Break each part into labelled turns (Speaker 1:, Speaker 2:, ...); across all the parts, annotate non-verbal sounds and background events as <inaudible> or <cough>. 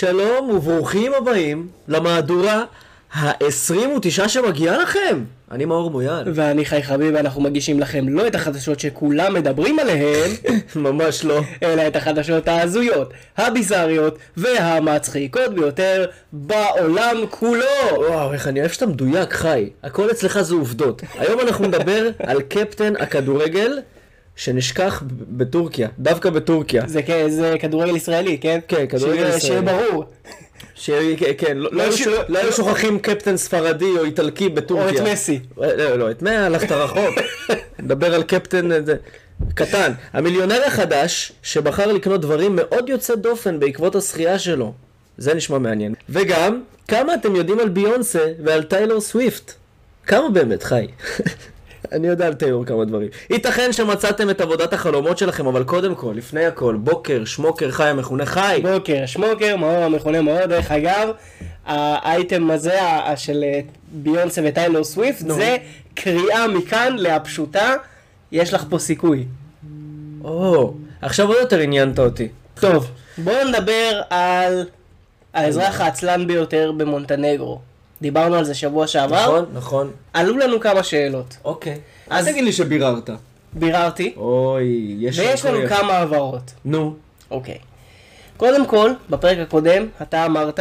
Speaker 1: שלום וברוכים הבאים למהדורה ה-29 שמגיעה לכם. אני מאור מויאל. <laughs>
Speaker 2: ואני חי חביב, ואנחנו מגישים לכם לא את החדשות שכולם מדברים עליהן,
Speaker 1: ממש לא.
Speaker 2: אלא את החדשות ההזויות, הביזריות והמצחיקות ביותר בעולם כולו.
Speaker 1: וואו, איך אני אוהב שאתה מדויק, חי. הכל אצלך זה עובדות. היום אנחנו נדבר על קפטן הכדורגל שנשכח ב- בטורקיה, דווקא בטורקיה.
Speaker 2: זה, כ- זה כדורגל ישראלי, כן?
Speaker 1: כן, כדורגל
Speaker 2: שיהיה-
Speaker 1: ישראלי.
Speaker 2: שיהיה ברור.
Speaker 1: ש... כן, כן, לא- לא היו ש- לא היו שוכחים קפטן ספרדי או איטלקי בטורקיה.
Speaker 2: או את מסי.
Speaker 1: אה, לא, לא, את מה הלכת רחוק. נדבר על קפטן אה, זה, קטן. המיליונר החדש שבחר לקנות דברים מאוד יוצא דופן בעקבות השחייה שלו. זה נשמע מעניין. וגם, כמה אתם יודעים על ביונסה ועל טיילור סוויפט? כמה באמת, חי? <laughs> אני יודע על טיילור כמה דברים. ייתכן שמצאתם את עבודת החלומות שלכם, אבל קודם כל, לפני הכל, בוקר, שמוקר, חי המכונה חי.
Speaker 2: בוקר, שמוקר, מאור המכונה מאור. דרך אגב, האייטם הזה ה- ה- של אה, ביונסה וטיילור סוויפט, זה קריאה מכאן להפשוטה, יש לך פה סיכוי.
Speaker 1: או, עכשיו עוד יותר עניינת אותי.
Speaker 2: טוב, בואו נדבר על האזרח העצלן ביותר במונטנגרו. דיברנו על זה שבוע שעבר,
Speaker 1: נכון, נכון.
Speaker 2: עלו לנו כמה שאלות.
Speaker 1: אוקיי.
Speaker 2: אז-
Speaker 1: אל תגיד לי שביררת.
Speaker 2: ביררתי,
Speaker 1: אוי, יש...
Speaker 2: ויש לנו
Speaker 1: כל-
Speaker 2: כמה הבהרות.
Speaker 1: נו.
Speaker 2: אוקיי. קודם כל, בפרק הקודם, אתה אמרת,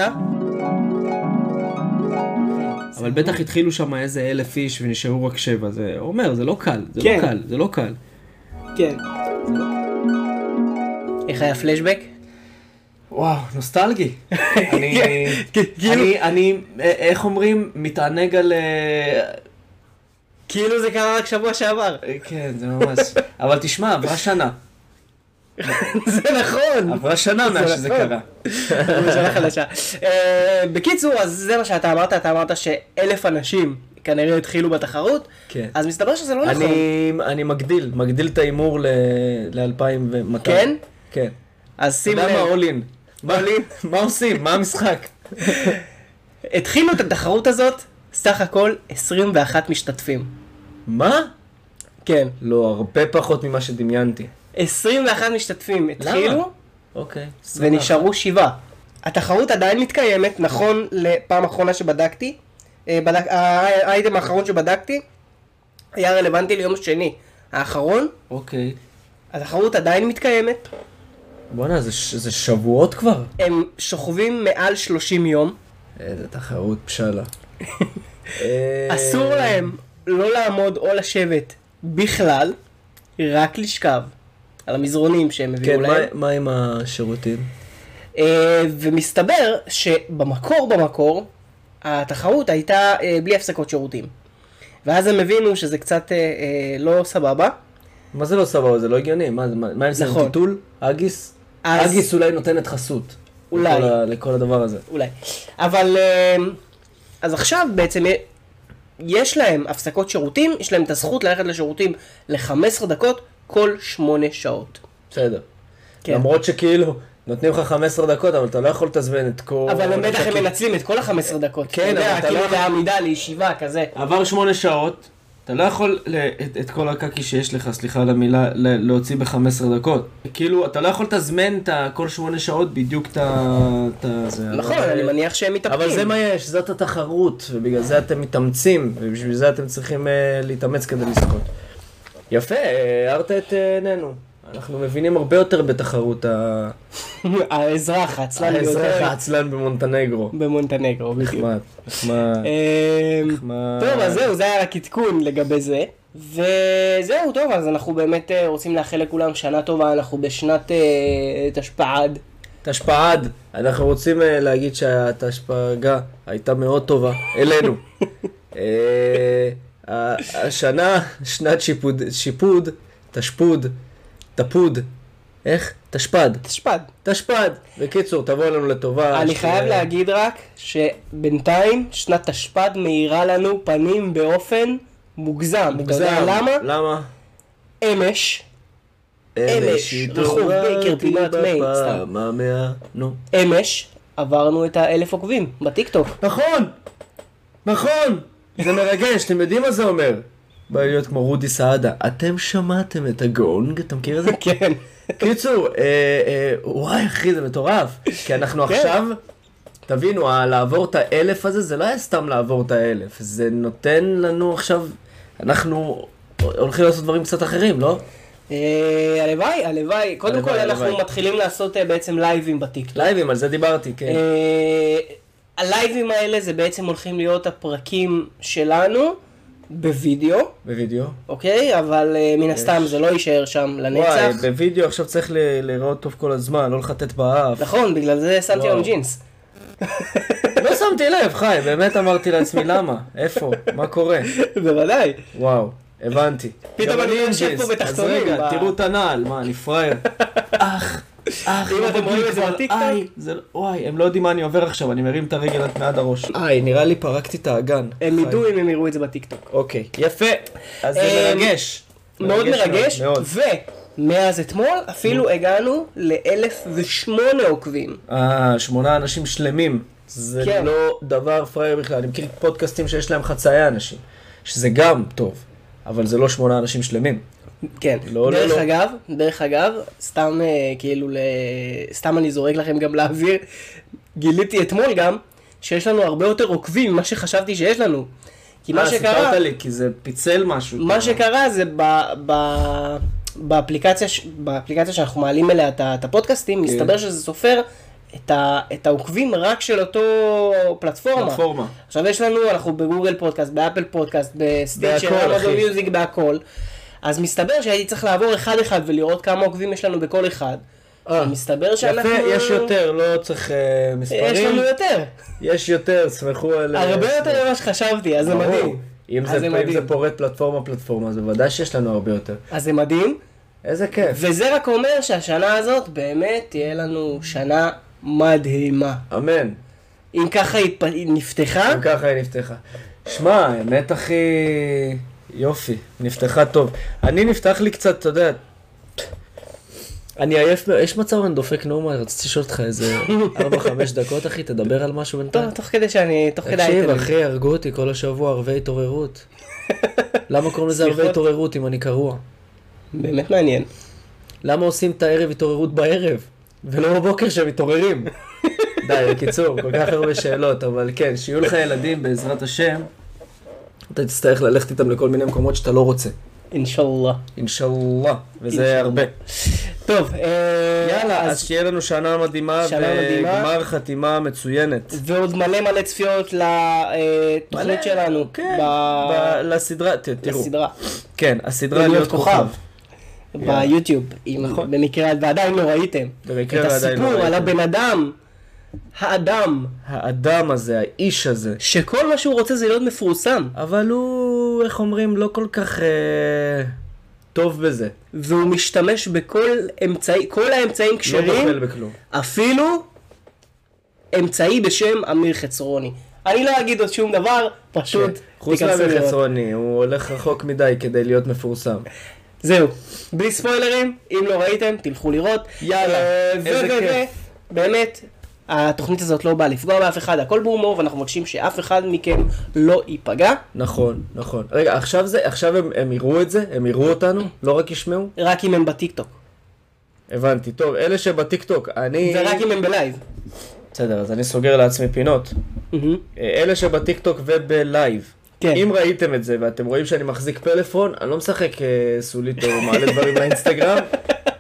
Speaker 3: אבל בטח התחילו שם איזה אלף איש ונשארו רק שבע, זה אומר, זה לא קל, זה
Speaker 2: כן.
Speaker 3: לא קל, זה לא קל.
Speaker 2: כן. איך היה פלשבק?
Speaker 3: וואו, <laughs> נוסטלגי. אני, כן,
Speaker 2: כאילו-
Speaker 3: אני, אני, א- איך אומרים, מתענג על... אה,
Speaker 2: כאילו זה קרה רק שבוע שעבר. <laughs>
Speaker 3: אה, כן, זה ממש... אבל תשמע, עברה שנה.
Speaker 2: זה נכון.
Speaker 3: עברה שנה מאז שזה
Speaker 2: נכון.
Speaker 3: קרה.
Speaker 2: ממשלה חדשה. אה, בקיצור, אז זה מה שאתה אמרת, אתה אמרת שאלף אנשים כנראה התחילו בתחרות,
Speaker 1: כן.
Speaker 2: אז מסתבר שזה לא נכון.
Speaker 1: אני, אני מגדיל, מגדיל את ההימור ל-2200.
Speaker 2: כן?
Speaker 1: כן.
Speaker 2: אז
Speaker 1: אתה
Speaker 2: שים
Speaker 1: יודע מה,
Speaker 2: לב,
Speaker 1: אולין? מה עושים? מה המשחק?
Speaker 2: התחילו את התחרות הזאת, סך הכל 21 משתתפים.
Speaker 1: מה?
Speaker 2: כן.
Speaker 1: לא, הרבה פחות ממה שדמיינתי.
Speaker 2: 21 משתתפים התחילו,
Speaker 1: אוקיי.
Speaker 2: ונשארו שבעה. התחרות עדיין מתקיימת, נכון לפעם האחרונה שבדקתי, אה, בדק- הא- האייטם האחרון שבדקתי, היה רלוונטי ליום שני האחרון,
Speaker 1: אוקיי.
Speaker 2: התחרות עדיין מתקיימת,
Speaker 1: בואנה, זה, ש- זה שבועות כבר?
Speaker 2: הם שוכבים מעל 30 יום,
Speaker 1: איזה תחרות <laughs> פשלה. אה,
Speaker 2: אסור להם לא לעמוד או לשבת בכלל, רק לשכב על המזרונים שהם הביאו
Speaker 1: כן,
Speaker 2: להם.
Speaker 1: מה, מה עם השירותים?
Speaker 2: אה, ומסתבר שבמקור במקור, התחרות הייתה אה, בלי הפסקות שירותים. ואז הם הבינו שזה קצת אה, אה, לא סבבה.
Speaker 1: מה זה לא סבבה? זה לא הגיוני. מה, זה- מה מה עם זה?
Speaker 2: נכון.
Speaker 1: טיטול? אגיס?
Speaker 2: אז-
Speaker 1: אגיס אולי נותנת חסות.
Speaker 2: אולי.
Speaker 1: לכל ה- לכל הדבר הזה.
Speaker 2: אולי. אבל אה, אז עכשיו בעצם אה, יש להם הפסקות שירותים, יש להם את הזכות ללכת לשירותים ל-15 דקות כל 8 שעות.
Speaker 1: בסדר.
Speaker 2: כן.
Speaker 1: כן. למרות שכאילו, נותנים לך 15 דקות, אבל אתה לא יכול לתזמן את כל...
Speaker 2: אבל הם
Speaker 1: את
Speaker 2: בטח הם
Speaker 1: הכי-
Speaker 2: מנצלים את כל ה-15 דקות.
Speaker 1: כן,
Speaker 2: אתה
Speaker 1: אבל
Speaker 2: יודע,
Speaker 1: אתה
Speaker 2: כאילו
Speaker 1: לא- אה,
Speaker 2: לעמידה, לישיבה, כזה.
Speaker 3: עבר שמונה שעות, אתה לא יכול ל- את, את כל הקקי שיש לך, סליחה על המילה, ל- להוציא ב-15 דקות. כאילו, אתה לא יכול לתזמן את ה- כל שמונה שעות בדיוק את ה... את ה- זה.
Speaker 2: נכון, אני מניח שהם מתאפקים.
Speaker 1: אה, אבל זה מה יש, זאת התחרות, ובגלל זה אתם מתאמצים, ובשביל זה אתם צריכים אה, להתאמץ כדי לזכות. יפה, אה, הארת את אה, עינינו. אנחנו מבינים הרבה יותר בתחרות ה-
Speaker 2: <laughs> האזרח, העצלן
Speaker 1: האזרח
Speaker 2: ביותר
Speaker 1: העצלן
Speaker 2: <laughs>
Speaker 1: במונטנגרו.
Speaker 2: במונטנגרו, בדיוק.
Speaker 1: נחמד, נחמד,
Speaker 2: אמ,
Speaker 1: נחמד.
Speaker 2: טוב, אז זהו, זה היה רק עדכון לגבי זה. וזהו, טוב, אז אנחנו באמת אה, רוצים לאחל לכולם שנה טובה, אנחנו בשנת אה, תשפ"ד.
Speaker 1: תשפ"ד, אנחנו רוצים אה, להגיד שהתשפ"גה הייתה מאוד טובה,
Speaker 2: <laughs>
Speaker 1: אלינו. אה, ה- השנה, שנת שיפוד, שיפוד, תשפוד, תפוד, איך? תשפ"ד,
Speaker 2: תשפ"ד.
Speaker 1: תשפ"ד. בקיצור, תבוא אלינו לטובה.
Speaker 2: אני
Speaker 1: ש-
Speaker 2: חייב להגיד רק שבינתיים שנת תשפ"ד מאירה לנו פנים באופן מוגזם.
Speaker 1: מוגזם.
Speaker 2: אתה יודע למה?
Speaker 1: למה?
Speaker 2: אמש, אמש, רחוב
Speaker 1: שהתעוררתי
Speaker 2: בייקר, פינת מיין, סתם.
Speaker 1: בפעם המאה, נו.
Speaker 2: אמש, עברנו את האלף עוקבים בטיקטוק. <laughs>
Speaker 1: נכון! נכון! זה מרגש, אתם יודעים מה זה
Speaker 2: <laughs>
Speaker 1: אומר? בא להיות כמו רודי סעדה. אתם שמעתם את הגונג? אתה מכיר את זה?
Speaker 2: כן.
Speaker 1: קיצור, אה, אה, וואי אחי זה מטורף, כי אנחנו עכשיו, תבינו, ה- לעבור את האלף הזה זה לא היה סתם לעבור את האלף, זה נותן לנו עכשיו, אנחנו הולכים לעשות דברים קצת אחרים, לא?
Speaker 2: אה, הלוואי, הלוואי. קודם
Speaker 1: הלוואי,
Speaker 2: כל אנחנו
Speaker 1: הלוואי.
Speaker 2: מתחילים לעשות אה, בעצם לייבים בטיקטוק.
Speaker 1: לייבים, על זה דיברתי, כן.
Speaker 2: אה, הלייבים האלה זה בעצם הולכים להיות הפרקים שלנו בווידאו,
Speaker 1: בווידאו.
Speaker 2: אוקיי? אבל אה, מן הסתם זה לא יישאר שם
Speaker 1: וואי,
Speaker 2: לנצח.
Speaker 1: בווידאו עכשיו צריך ל- להיראות טוב כל הזמן, לא לחטט באף.
Speaker 2: נכון, בגלל זה שמתי
Speaker 1: וואו.
Speaker 2: היום ג'ינס.
Speaker 1: לא שמתי לב, חי, באמת אמרתי לעצמי למה, איפה, מה קורה.
Speaker 2: <laughs> בוודאי.
Speaker 1: וואו, הבנתי.
Speaker 2: פתאום
Speaker 1: גם
Speaker 2: אני יושב
Speaker 1: אינג'ס.
Speaker 2: פה בתחתונים,
Speaker 1: אז רגע,
Speaker 2: ב-
Speaker 1: תראו את הנעל, מה, אני פראייר. אח, אח,
Speaker 2: אם
Speaker 1: לא
Speaker 2: אתם
Speaker 1: בגיל
Speaker 2: רואים את זה
Speaker 1: כבר,
Speaker 2: בטיקטוק?
Speaker 1: איי, זה לא- וואי, הם לא יודעים מה אני עובר עכשיו, אני מרים את הרגל עד מעד הראש. איי, נראה לי פרקתי את האגן.
Speaker 2: הם ידעו אם הם יראו את זה בטיקטוק.
Speaker 1: אוקיי, יפה. אז זה
Speaker 2: אה,
Speaker 1: מרגש.
Speaker 2: מאוד מרגש,
Speaker 1: מאוד.
Speaker 2: ומאז אתמול אפילו הגענו ל-1008 עוקבים.
Speaker 1: אה, שמונה אנשים שלמים. זה
Speaker 2: כן.
Speaker 1: לא דבר פראייר בכלל. אני מכיר פודקאסטים שיש להם חצאי אנשים, שזה גם טוב, אבל זה לא שמונה אנשים שלמים.
Speaker 2: כן.
Speaker 1: לא, לא,
Speaker 2: דרך
Speaker 1: לא.
Speaker 2: אגב, דרך אגב, סתם אה, כאילו, ל... סתם אני זורק לכם גם לאוויר, גיליתי אתמול גם, שיש לנו הרבה יותר עוקבים ממה שחשבתי שיש לנו. כי מה
Speaker 1: אה,
Speaker 2: שקרה,
Speaker 1: סיפרת לי, כי זה פיצל משהו. כאילו,
Speaker 2: מה שקרה זה ב... ב... באפליקציה, ש... באפליקציה שאנחנו מעלים אליה את ה- את
Speaker 1: כן.
Speaker 2: הפודקאסטים, מסתבר שזה סופר את, ה... את העוקבים רק של אותו פלטפורמה.
Speaker 1: פלטפורמה.
Speaker 2: עכשיו יש לנו, אנחנו בגוגל פודקאסט, באפל פודקאסט, בסטיצ'ר,
Speaker 1: בהכל,
Speaker 2: אמזון
Speaker 1: אחי.
Speaker 2: מיוזיק, בהכל. אז מסתבר שהייתי צריך לעבור אחד-אחד ולראות כמה עוקבים יש לנו בכל אחד.
Speaker 1: אה,
Speaker 2: מסתבר שאנחנו...
Speaker 1: יפה, יש יותר, לא צריך אה,
Speaker 2: יש
Speaker 1: מספרים.
Speaker 2: לנו יותר.
Speaker 1: יש יותר, סמכו על...
Speaker 2: הרבה יותר ממה שחשבתי, אז זה
Speaker 1: ברור.
Speaker 2: מדהים.
Speaker 1: אם
Speaker 2: אז
Speaker 1: זה-
Speaker 2: זה
Speaker 1: אם זה
Speaker 2: מדהים.
Speaker 1: פורט פלטפורמה פלטפורמה, אז בוודאי שיש לנו הרבה יותר.
Speaker 2: אז זה מדהים.
Speaker 1: איזה כיף.
Speaker 2: וזה רק אומר שהשנה הזאת באמת תהיה לנו שנה מדהימה.
Speaker 1: אמן.
Speaker 2: אם ככה היא פ- היא נפתחה,
Speaker 1: גם ככה היא נפתחה. שמע, האמת הכי... יופי, נפתחה טוב. אני נפתח לי קצת, אתה יודע... אני עייף, מאוד. יש מצב אני דופק נאום, אני רציתי לשאול אותך
Speaker 2: <laughs>
Speaker 1: איזה 4-5 דקות, אחי, תדבר על משהו בינתיים.
Speaker 2: טוב, תוך כדי שאני, תוך כדי
Speaker 1: תקשיב,
Speaker 2: הייתם.
Speaker 1: אחי, הרגו אותי כל השבוע ערבי
Speaker 2: <laughs>
Speaker 1: התעוררות. למה קוראים לזה ערבי
Speaker 2: סליחות.
Speaker 1: התעוררות אם אני קרוע?
Speaker 2: באמת מעניין.
Speaker 1: למה עושים את הערב התעוררות בערב, ולא בבוקר שהם <laughs> מתעוררים? די, בקיצור, כל כך הרבה שאלות, אבל כן, שיהיו לך ילדים בעזרת השם, אתה תצטרך ללכת איתם לכל מיני מקומות שאתה לא רוצה.
Speaker 2: אינשאללה.
Speaker 1: אינשאללה, וזה
Speaker 2: אינשאללה.
Speaker 1: הרבה.
Speaker 2: טוב, אה,
Speaker 1: יאללה, אז שיהיה לנו שנה מדהימה,
Speaker 2: שנה מדהימה.
Speaker 1: וגמר חתימה מצוינת.
Speaker 2: ועוד מלא מלא צפיות לתוכנית שלנו.
Speaker 1: כן,
Speaker 2: ב-
Speaker 1: ב- לסדרה, ת- תראו,
Speaker 2: לסדרה.
Speaker 1: כן, הסדרה
Speaker 2: להיות
Speaker 1: להיות
Speaker 2: כוכב.
Speaker 1: כוכב.
Speaker 2: ביוטיוב, אם
Speaker 1: נכון.
Speaker 2: במקרה ועדיין לא ראיתם.
Speaker 1: במקרה
Speaker 2: את
Speaker 1: ועדיין לא
Speaker 2: הסיפור על
Speaker 1: ראיתם.
Speaker 2: הבן אדם, האדם,
Speaker 1: האדם הזה, האיש הזה,
Speaker 2: שכל מה שהוא רוצה זה להיות מפורסם.
Speaker 1: אבל הוא, איך אומרים, לא כל כך אה, טוב בזה.
Speaker 2: והוא משתמש בכל אמצעי, כל האמצעים
Speaker 1: לא
Speaker 2: כשרים,
Speaker 1: נופל בכלום.
Speaker 2: אפילו אמצעי בשם אמיר חצרוני. אני לא אגיד עוד שום דבר, פשוט
Speaker 1: כן. חוץ
Speaker 2: תיכנסו
Speaker 1: מאמיר
Speaker 2: לראות.
Speaker 1: חצרוני, הוא הולך רחוק מדי כדי להיות מפורסם.
Speaker 2: זהו, בלי ספוילרים, אם לא ראיתם, תלכו לראות.
Speaker 1: יאללה,
Speaker 2: אה, ו-
Speaker 1: איזה
Speaker 2: ו-
Speaker 1: כיף.
Speaker 2: ו- באמת, התוכנית הזאת לא באה לפגוע באף אחד, הכל בהומור, ואנחנו מבקשים שאף אחד מכם לא ייפגע,
Speaker 1: נכון, נכון. רגע, עכשיו זה, עכשיו הם- הם יראו את זה? הם יראו אותנו? לא רק ישמעו?
Speaker 2: רק אם הם בטיקטוק,
Speaker 1: הבנתי. טוב, אלה שבטיקטוק, אני...
Speaker 2: ורק אם הם בלייב.
Speaker 1: בסדר, אז אני סוגר לעצמי פינות.
Speaker 2: מהמם.
Speaker 1: אלה שבטיקטוק ובלייב.
Speaker 2: כן.
Speaker 1: אם ראיתם את זה ואתם רואים שאני מחזיק פלאפון, אני לא משחק אה, סולית או מעלה דברים לאינסטגרם,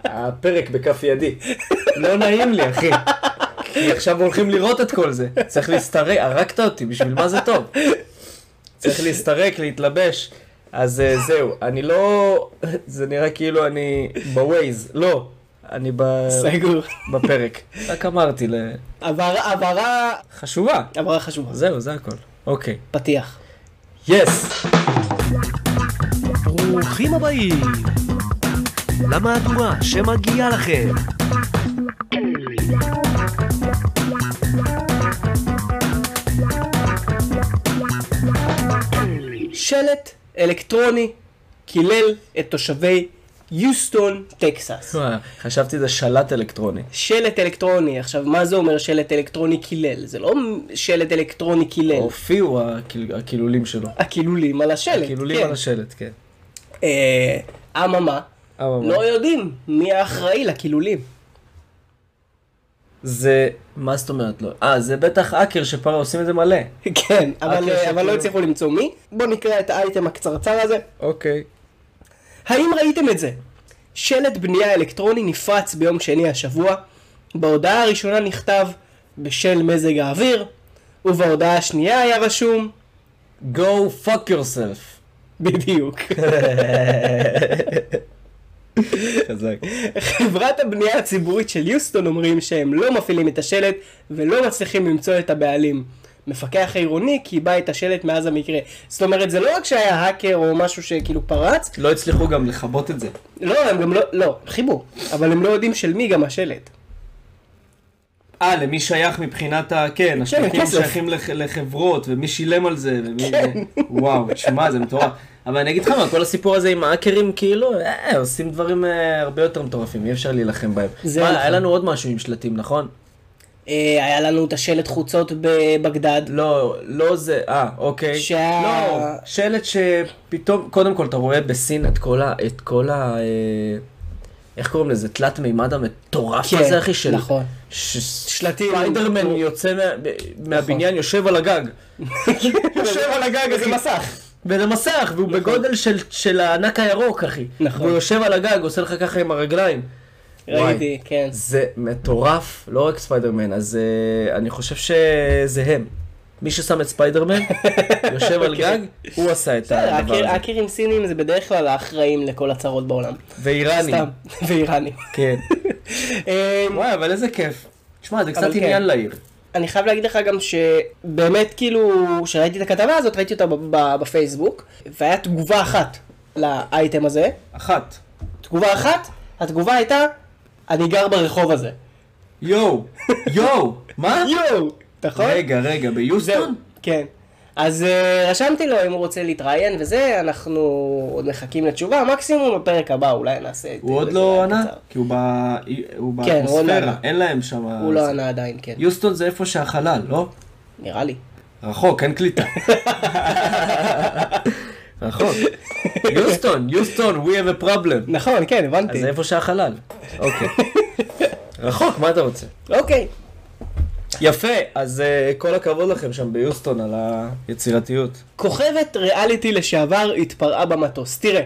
Speaker 1: הפרק בכף ידי. לא נעים לי, אחי. כי עכשיו הולכים לראות את כל זה. צריך להסתרק, הרגת אותי, בשביל מה זה טוב? צריך להסתרק, להתלבש. אז אה, זהו, אני לא... זה נראה כאילו אני בווייז, לא. אני ב...
Speaker 2: סגור.
Speaker 1: בפרק. רק אמרתי, ל...
Speaker 2: הבהרה- הבהרה
Speaker 1: חשובה.
Speaker 2: הבהרה חשובה.
Speaker 1: זהו, זה הכל. אוקיי.
Speaker 2: פתיח.
Speaker 1: יס!
Speaker 4: ברוכים הבאים למהדורה שמגיעה לכם.
Speaker 2: שלט אלקטרוני קילל את תושבי יוסטון, טקסס.
Speaker 1: וואי, חשבתי זה שלט אלקטרוני.
Speaker 2: שלט אלקטרוני, עכשיו מה זה אומר שלט אלקטרוני קילל? זה לא שלט אלקטרוני קילל,
Speaker 1: הופיעו הקיל-
Speaker 4: כן,
Speaker 1: הקילולים שלו.
Speaker 2: הקילולים על השלט.
Speaker 1: הקילולים
Speaker 2: כן.
Speaker 1: על השלט, כן.
Speaker 2: אה, אממה,
Speaker 1: אממה.
Speaker 2: לא יודעים מי האחראי
Speaker 1: <laughs>
Speaker 2: לקילולים.
Speaker 1: זה, מה זאת אומרת לא? אה, זה בטח האקר שפרה עושים את זה מלא.
Speaker 2: כן, אבל,
Speaker 1: הקשר
Speaker 2: אבל לא
Speaker 1: כאילו-
Speaker 2: הצליחו למצוא מי. בואו נקרא את האייטם הקצרצר הזה.
Speaker 1: אוקיי.
Speaker 2: האם ראיתם את זה? שלט בנייה אלקטרוני נפרץ ביום שני השבוע. בהודעה הראשונה נכתב בשל מזג האוויר, ובהודעה השנייה היה רשום <laughs>
Speaker 1: Go fuck
Speaker 4: <laughs>
Speaker 1: yourself. <laughs>
Speaker 2: בדיוק.
Speaker 1: חזק.
Speaker 2: חברת הבנייה הציבורית של יוסטון אומרים שהם לא מפעילים את השלט ולא מצליחים למצוא את הבעלים. מפקח העירוני קיבע את השלט מאז המקרה. זאת אומרת, זה לא רק שהיה האקר או משהו שכאילו פרץ,
Speaker 3: לא הצליחו גם לכבות את זה.
Speaker 2: לא, הם גם לא, לא, חיבור. אבל הם לא יודעים של מי גם השלט.
Speaker 3: אה, למי שייך מבחינת ה... כן, השטחים
Speaker 2: הכסף.
Speaker 3: שייכים לח... לחברות, ומי שילם על זה, ומי...
Speaker 2: כן.
Speaker 3: וואו, שמע, זה מטורף.
Speaker 1: אבל אני אגיד לך מה, כל הסיפור הזה עם האקרים, כאילו, אה, עושים דברים אה, הרבה יותר מטורפים, אי אפשר להילחם בהם.
Speaker 2: זה
Speaker 1: מה,
Speaker 2: נכון.
Speaker 1: היה לנו עוד משהו עם שלטים, נכון?
Speaker 2: אה, היה לנו את השלט חוצות בבגדד.
Speaker 1: לא, לא זה, אה, אוקיי.
Speaker 2: שה-
Speaker 1: לא, שלט שפתאום, קודם כל, אתה רואה בסין את כל ה... את כל ה... אה, איך קוראים לזה? תלת מימד המטורף
Speaker 2: כן,
Speaker 1: הזה, אחי, של...
Speaker 2: נכון.
Speaker 1: ש-
Speaker 2: שלטים.
Speaker 1: ספיידרמן
Speaker 2: הוא-
Speaker 1: יוצא מה- ב- מהבניין, יושב על הגג. יושב על הגג,
Speaker 2: איזה
Speaker 1: אחי.
Speaker 2: מסך.
Speaker 1: וזה מסך, והוא בגודל של, של הענק הירוק, אחי.
Speaker 2: נכון.
Speaker 1: והוא יושב על הגג, עושה לך ככה עם הרגליים. וואי,
Speaker 2: ראיתי, כן.
Speaker 1: זה מטורף, לא רק ספיידרמן, אז uh, אני חושב שזה הם. מי ששם את <laughs> ספיידרמן, יושב על גג, הוא עשה את הדבר
Speaker 2: האקר-
Speaker 1: הזה.
Speaker 2: האקרים אה, סינים זה בדרך כלל האחראים לכל הצרות בעולם.
Speaker 1: ואיראני.
Speaker 2: סתם,
Speaker 1: <laughs>
Speaker 2: ואיראני.
Speaker 1: כן.
Speaker 2: אמ,
Speaker 3: וואי, אבל איזה כיף. שמע, זה קצת
Speaker 2: אבל כן.
Speaker 3: עניין לעיר.
Speaker 2: אני חייב להגיד לך גם שבאמת כאילו, כשראיתי את הכתבה הזאת, ראיתי אותה ב- ב- בפייסבוק, והיה תגובה אחת לאייטם הזה.
Speaker 3: אחת.
Speaker 2: תגובה אחת, התגובה הייתה, אני גר ברחוב הזה.
Speaker 3: יואו, יואו, מה?
Speaker 2: יואו, נכון?
Speaker 3: רגע, רגע, ביוסטון?
Speaker 2: כן. אז uh, רשמתי לו אם הוא רוצה להתראיין וזה, אנחנו עוד מחכים לתשובה, מקסימום בפרק הבא אולי נעשה את
Speaker 3: הוא עוד
Speaker 2: איזה
Speaker 3: לא
Speaker 2: רעיון
Speaker 3: ענה?
Speaker 2: קצר.
Speaker 3: כי הוא בא- הוא
Speaker 2: כן, הוא עוד לא
Speaker 3: באטמוספירה,
Speaker 2: ענה.
Speaker 3: אין להם שם...
Speaker 2: הוא לא ענה עדיין, כן,
Speaker 3: יוסטון זה איפה שהחלל, לא?
Speaker 2: נראה לי.
Speaker 3: רחוק, אין
Speaker 2: <laughs>
Speaker 3: קליטה.
Speaker 1: נכון. יוסטון, יוסטון, we have a problem.
Speaker 2: נכון, כן, הבנתי.
Speaker 1: אז זה איפה שהחלל. אוקיי. רחוק, מה אתה רוצה?
Speaker 2: אוקיי.
Speaker 1: יפה, אז אה, כל הכבוד לכם שם ביוסטון על היצירתיות.
Speaker 2: כוכבת ריאליטי לשעבר התפרעה במטוס. תראה,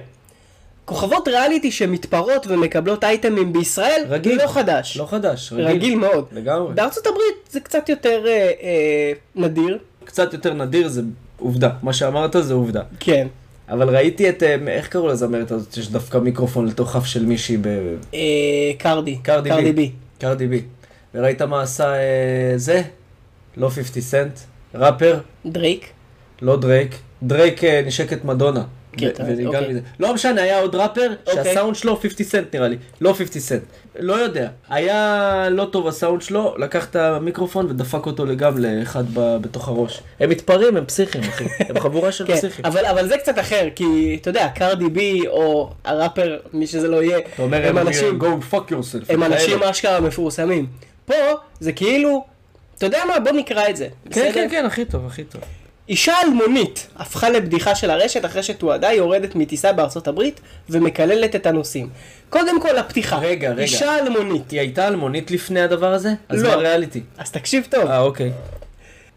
Speaker 2: כוכבות ריאליטי שמתפרעות ומקבלות אייטמים בישראל,
Speaker 1: רגיל.
Speaker 2: לא חדש.
Speaker 1: לא חדש,
Speaker 2: רגיל. רגיל מאוד.
Speaker 1: לגמרי.
Speaker 2: בארצות הברית זה קצת יותר אה, אה, נדיר.
Speaker 1: קצת יותר נדיר זה עובדה, מה שאמרת זה עובדה.
Speaker 2: כן.
Speaker 1: אבל ראיתי את, אה, איך קראו לזמרת הזאת שדפקה מיקרופון לתוך אף של מישהי ב...
Speaker 2: אה, קרדי.
Speaker 1: קרדי בי.
Speaker 2: בי.
Speaker 1: קרדי בי. וראית מה עשה אה, זה? לא 50 סנט, ראפר,
Speaker 2: דרייק.
Speaker 1: לא דרייק. דרייק אה, נשק את מדונה.
Speaker 2: כן,
Speaker 1: ו-
Speaker 2: אתה-
Speaker 1: ונגעל
Speaker 2: אוקיי.
Speaker 1: מזה. לא משנה, היה עוד ראפר
Speaker 2: אוקיי.
Speaker 1: שהסאונד שלו 50 סנט נראה לי, לא 50 סנט. לא יודע, היה לא טוב הסאונד שלו, לקח את המיקרופון ודפק אותו לגמרי לאחד ב- בתוך הראש. הם מתפרעים, הם פסיכים אחי, הם חבורה של
Speaker 2: כן,
Speaker 1: פסיכים.
Speaker 2: אבל, אבל זה קצת אחר, כי אתה יודע, קרדי בי או הראפר, מי שזה לא יהיה,
Speaker 1: אתה אומר,
Speaker 2: הם אנשים,
Speaker 1: go fuck yourself.
Speaker 2: הם אנשים
Speaker 1: כאלה.
Speaker 2: אשכרה מפורסמים. פה זה כאילו, אתה יודע מה, בוא נקרא את זה.
Speaker 1: כן,
Speaker 2: בסדר?
Speaker 1: כן, כן, הכי טוב, הכי טוב.
Speaker 2: אישה אלמונית הפכה לבדיחה של הרשת אחרי שתועדה יורדת מטיסה בארצות הברית ומקללת את הנוסעים. קודם כל הפתיחה.
Speaker 1: רגע, רגע.
Speaker 2: אישה אלמונית.
Speaker 1: היא הייתה אלמונית לפני הדבר הזה? אז
Speaker 2: לא.
Speaker 1: מה ריאליטי?
Speaker 2: אז תקשיב טוב,
Speaker 1: אה, אוקיי.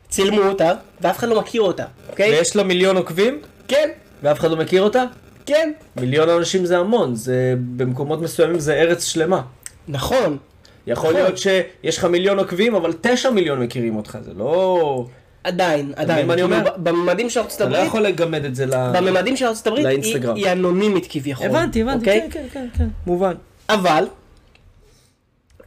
Speaker 2: צילמו אותה, ואף אחד לא מכיר אותה, אוקיי?
Speaker 1: ויש לה מיליון עוקבים,
Speaker 2: כן,
Speaker 1: ואף אחד לא מכיר אותה?
Speaker 2: כן.
Speaker 1: מיליון אנשים זה המון, זה במקומות מסוימים זה ארץ שלמה.
Speaker 2: נכון.
Speaker 1: יכול
Speaker 2: נכון.
Speaker 1: להיות שיש לך מיליון עוקבים, אבל תשע מיליון מכירים אותך, זה לא...
Speaker 2: עדיין, עדיין.
Speaker 1: מה אני
Speaker 2: כאילו,
Speaker 1: אומר?
Speaker 2: ב- בממדים של ארצות
Speaker 1: אתה לא
Speaker 2: הברית,
Speaker 1: יכול לגמד את זה ל...
Speaker 2: בממדים של ארצות הברית, היא,
Speaker 1: לאינסטגרם.
Speaker 2: היא אנונימית כביכול.
Speaker 1: הבנתי, הבנתי,
Speaker 2: אוקיי?
Speaker 1: כן, כן, כן, כן, מובן.
Speaker 2: אבל,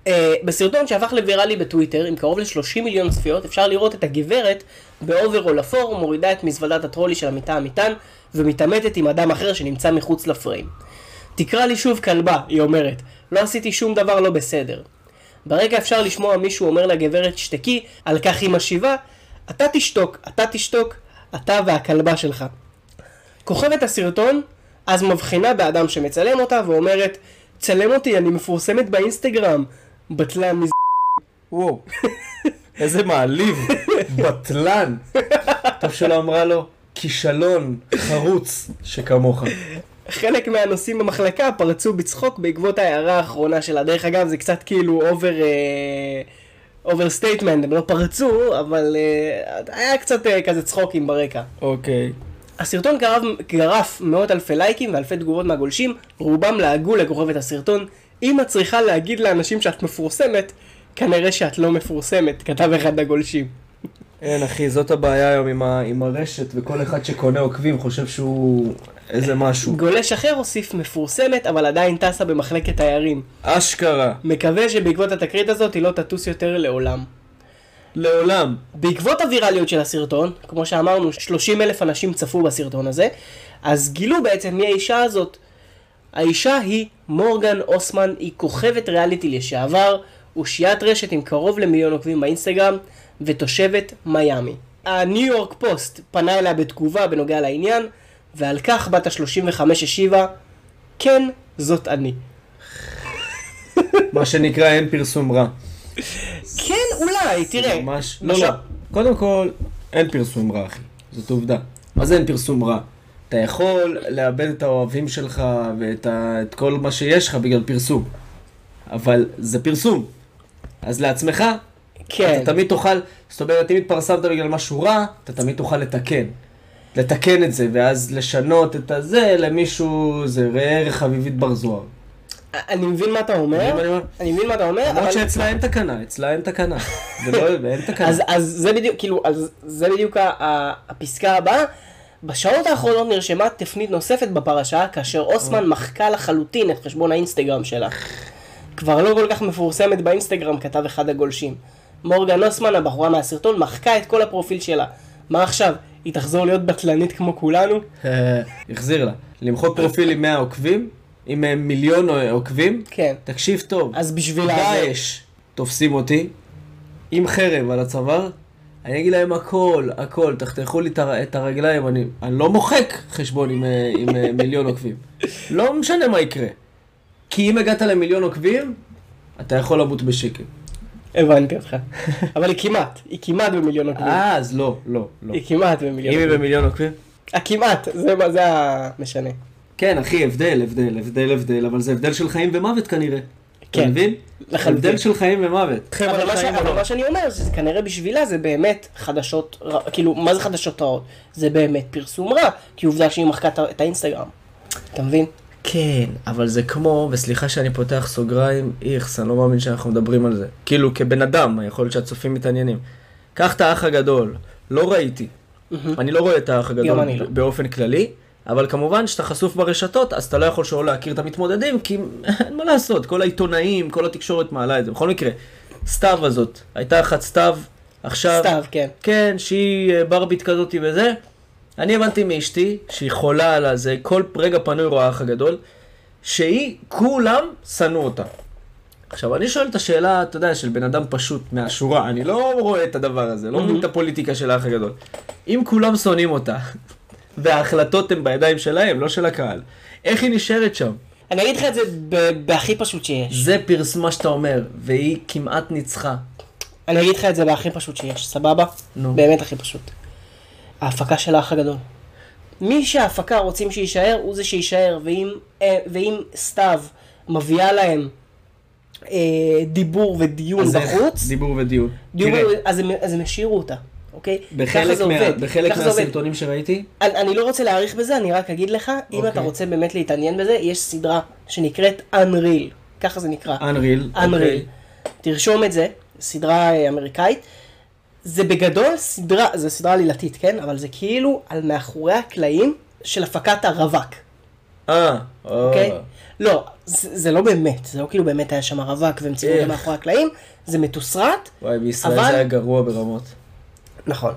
Speaker 2: אה, בסרטון שהפך לוויראלי בטוויטר, עם קרוב ל-30 מיליון צפיות, אפשר לראות את הגברת באוברול אפור, מורידה את מזוודת הטרולי של המיטה המטען, ומתעמתת עם אדם אחר שנמצא מחוץ לפריים. תקרא לי שוב כלבה, היא אומרת, לא עשיתי שום דבר לא בסדר. ברגע אפשר לשמוע מישהו אומר לגברת שתקי, על כך היא משיבה, אתה תשתוק, אתה תשתוק, אתה והכלבה שלך. כוכבת הסרטון אז מבחינה באדם שמצלם אותה ואומרת, צלם אותי, אני מפורסמת באינסטגרם. בטלן מזה.
Speaker 1: וואו. איזה מעליב, בטלן. טוב שלא אמרה לו, כישלון חרוץ שכמוך.
Speaker 2: חלק מהנושאים במחלקה פרצו בצחוק בעקבות ההערה האחרונה שלה. דרך אגב, זה קצת כאילו אובר... אובר סטייטמנט, הם לא פרצו, אבל אה, היה קצת אה, כזה צחוקים ברקע.
Speaker 3: אוקיי.
Speaker 2: הסרטון גרף, גרף מאות אלפי לייקים ואלפי תגובות מהגולשים, רובם לעגו לכוכבת הסרטון. אם את צריכה להגיד לאנשים שאת מפורסמת, כנראה שאת לא מפורסמת, כתב אחד הגולשים.
Speaker 3: אין כן, אחי, זאת הבעיה היום עם, ה... עם הרשת, וכל אחד שקונה עוקבים חושב שהוא איזה משהו.
Speaker 2: גולש אחר הוסיף מפורסמת, אבל עדיין טסה במחלקת תיירים.
Speaker 3: אשכרה.
Speaker 2: מקווה שבעקבות התקרית הזאת היא לא תטוס יותר לעולם.
Speaker 3: לעולם.
Speaker 2: בעקבות הווירליות של הסרטון, כמו שאמרנו, 30 אלף אנשים צפו בסרטון הזה, אז גילו בעצם מי האישה הזאת. האישה היא מורגן אוסמן, היא כוכבת ריאליטי לשעבר, אושיית רשת עם קרוב למיליון עוקבים באינסטגרם, ותושבת מיאמי. הניו יורק פוסט פנה אליה בתגובה בנוגע לעניין, ועל כך בת ה-35 השיבה, כן, זאת אני.
Speaker 3: מה שנקרא אין פרסום רע.
Speaker 2: כן, אולי, תראה.
Speaker 3: ממש... לא,
Speaker 2: עכשיו-
Speaker 3: לא. קודם כל, אין פרסום רע, אחי. זאת עובדה. מה זה אין פרסום רע? אתה יכול לאבד את האוהבים שלך ואת ה... את כל מה שיש לך בגלל פרסום. אבל זה פרסום. אז לעצמך,
Speaker 2: כן.
Speaker 3: אתה תמיד תוכל, זאת אומרת, אם התפרסמת בגלל משהו רע, אתה תמיד תוכל לתקן. לתקן את זה, ואז לשנות את הזה למישהו, זה ראה ערך אביבית בר זוהר.
Speaker 2: אני מבין מה אתה אומר,
Speaker 3: אני אומר-
Speaker 2: אני מבין מה אתה אומר,
Speaker 3: למרות
Speaker 2: לא. אבל-
Speaker 3: שאצלה אין תקנה, אצלה אין תקנה. זה לא, אין תקנה.
Speaker 2: אז, אז זה בדיוק, כאילו, אז זה בדיוק ה- ה- הפסקה הבאה. בשעות האחרונות נרשמה תפנית נוספת בפרשה, כאשר אוסמן מחקה לחלוטין את חשבון האינסטגרם שלה. כבר לא כל כך מפורסמת באינסטגרם, כתב אחד הגולשים. מורגן אוסמן, הבחורה מהסרטון, מחקה את כל הפרופיל שלה. מה עכשיו, היא תחזור להיות בטלנית כמו כולנו?
Speaker 3: אה, החזיר לה. למחוק פרופיל עם 100 עוקבים, עם אה, מיליון אה, עוקבים,
Speaker 2: כן.
Speaker 3: תקשיב טוב,
Speaker 2: אז בשביל הזה-
Speaker 3: דאעש תופסים אותי, עם חרב על הצוואר, אני אגיד להם הכל, הכל, תחתכו לי את הר- את הרגליים, אני אני לא מוחק חשבון עם, אה, עם אה, מיליון עוקבים. לא משנה מה יקרה. כי אם הגעת למיליון עוקבים, אתה יכול למות בשקט.
Speaker 2: הבנתי אותך. אבל היא כמעט, היא כמעט במיליון עוקבים.
Speaker 3: אה, אז לא, לא, לא.
Speaker 2: היא כמעט במיליון
Speaker 3: אם היא
Speaker 2: עוקבים.
Speaker 3: במיליון עוקבים?
Speaker 2: הכמעט, זה מה- זה המשנה.
Speaker 3: כן, אחי, הבדל, הבדל, הבדל, הבדל, אבל זה הבדל של חיים ומוות כנראה.
Speaker 2: כן.
Speaker 3: אתה מבין?
Speaker 2: לחלוטין.
Speaker 3: הבדל של חיים ומוות.
Speaker 2: אבל מה, ש...
Speaker 1: לא.
Speaker 2: אבל מה שאני אומר, זה כנראה בשבילה זה באמת חדשות, רע... כאילו, מה זה חדשות רעות? זה באמת פרסום רע, כי עובדה שהיא מחקה את ה- את האינסטגרם. אתה מבין?
Speaker 1: כן, אבל זה כמו, וסליחה שאני פותח סוגריים, איכס, אני לא מאמין שאנחנו מדברים על זה. כאילו, כבן אדם, יכול להיות שהצופים מתעניינים. קח את האח הגדול, לא ראיתי. אני לא רואה את האח הגדול
Speaker 2: גם אני לא.
Speaker 1: באופן כללי, אבל כמובן שאתה חשוף ברשתות, אז אתה לא יכול שלא להכיר את המתמודדים, כי <laughs> אין מה לעשות, כל העיתונאים, כל התקשורת מעלה את זה. בכל מקרה, סתיו הזאת, הייתה אחת סתיו, עכשיו...
Speaker 2: סתיו, כן.
Speaker 1: כן, שהיא אה, ברבית כזאתי וזה. אני הבנתי מאשתי, שהיא חולה על הזה, כל רגע פנוי רואה האח הגדול, שהיא, כולם שנאו אותה. עכשיו, אני שואל את השאלה, אתה יודע, של בן אדם פשוט מהשורה, אני לא רואה את הדבר הזה, לא מבין את הפוליטיקה של האח הגדול. אם כולם שונאים אותה, <laughs> וההחלטות הן בידיים שלהם, לא של הקהל, איך היא נשארת שם?
Speaker 2: אני אגיד לך את זה ב- בהכי פשוט שיש.
Speaker 1: זה פרסמה שאתה אומר, והיא כמעט ניצחה.
Speaker 2: אני אגיד לך את זה בהכי פשוט שיש, סבבה?
Speaker 1: נו.
Speaker 2: באמת הכי פשוט. ההפקה של האח הגדול. מי שההפקה רוצים שיישאר, הוא זה שיישאר, ואם, אה, ואם סתיו מביאה להם אה, דיבור ודיון
Speaker 3: אז איך?
Speaker 2: בחוץ,
Speaker 3: דיבור ודיון.
Speaker 2: דיור,
Speaker 3: תראה,
Speaker 2: אז הם, אז הם השאירו אותה, אוקיי? ככה
Speaker 3: בחלק,
Speaker 2: זה
Speaker 3: מה,
Speaker 2: עובד,
Speaker 3: בחלק
Speaker 2: ככה זה עובד.
Speaker 3: מהסרטונים שראיתי,
Speaker 2: אני, אני לא רוצה להאריך בזה, אני רק אגיד לך, אם
Speaker 3: אוקיי.
Speaker 2: אתה רוצה באמת להתעניין בזה, יש סדרה שנקראת Unreal, ככה זה נקרא.
Speaker 3: Unreal.
Speaker 2: Unreal. תרשום את זה, סדרה אה, אמריקאית. זה בגדול סדרה, זה סדרה עלילתית, כן? אבל זה כאילו על מאחורי הקלעים של הפקת הרווק,
Speaker 3: אה,
Speaker 2: אוקיי?
Speaker 3: אוקיי.
Speaker 2: לא, זה, זה לא באמת, זה לא כאילו באמת היה שם הרווק והם ציינו את זה
Speaker 3: איך?
Speaker 2: מאחורי הקלעים, זה מתוסרט,
Speaker 3: וואי, בישראל
Speaker 2: אבל-
Speaker 3: זה היה גרוע ברמות.
Speaker 2: נכון.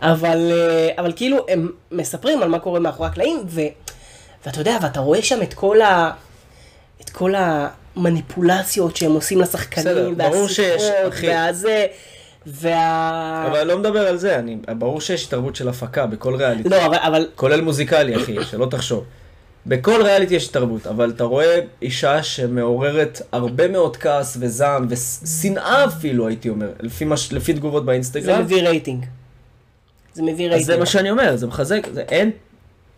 Speaker 2: אבל, אה, אבל כאילו, הם מספרים על מה קורה מאחורי הקלעים, ו, ואתה יודע, ואתה רואה שם את כל, ה, את כל המניפולציות שהם עושים
Speaker 1: בסדר,
Speaker 2: לשחקנים,
Speaker 1: ברור שיש, אחי.
Speaker 2: והזה, וה...
Speaker 1: אבל לא מדבר על זה, אני, ברור שיש התערבות של הפקה בכל ריאליטי.
Speaker 2: לא, אבל, אבל
Speaker 1: כולל מוזיקלי, אחי, שלא תחשוב. בכל ריאליטי יש התערבות, אבל אתה רואה אישה שמעוררת הרבה מאוד כעס וזעם ושנאה אפילו, הייתי אומר, לפי, מה, ש- לפי תגובות
Speaker 2: זה
Speaker 1: באינסטגרם.
Speaker 2: מביא רייטינג. זה מביא
Speaker 1: אז
Speaker 2: רייטינג.
Speaker 1: זה מה שאני אומר, זה מחזק, זה אין,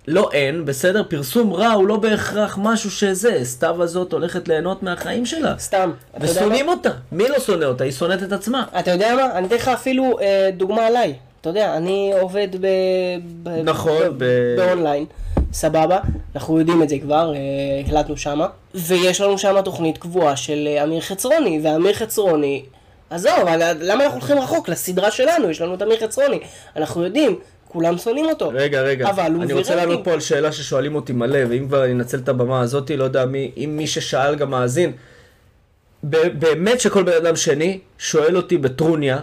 Speaker 3: לא אין, בסדר, פרסום רע הוא לא בהכרח משהו שזה, סתיו הזאת הולכת ליהנות מהחיים שלה.
Speaker 2: סתם. אתה יודע
Speaker 3: ושונאים אותה. מי לא שונא אותה? היא שונאת את עצמה.
Speaker 2: מה? אתה יודע מה? אני אתן לך אפילו אה, דוגמה עליי. אתה יודע, אני עובד ב... ב...
Speaker 1: נכון,
Speaker 2: ב...
Speaker 1: ב-
Speaker 2: באונליין, סבבה, אנחנו יודעים את זה כבר, אה, הקלטנו שמה, ויש לנו שמה תוכנית קבועה של אה, אמיר חצרוני, ואמיר חצרוני, עזוב, אבל למה אנחנו הולכים רחוק? לסדרה שלנו, יש לנו את אמיר חצרוני, אנחנו יודעים, כולם שונאים אותו.
Speaker 1: רגע, רגע.
Speaker 2: אבל הוא
Speaker 1: אני רוצה
Speaker 2: ויראלי.
Speaker 1: לענות פה על שאלה ששואלים אותי מלא, ואם כבר אני אנצל את הבמה הזאת, לא יודע מי, אם מי ששאל גם מאזין. ב- באמת שכל בן אדם שני שואל אותי בטרוניה,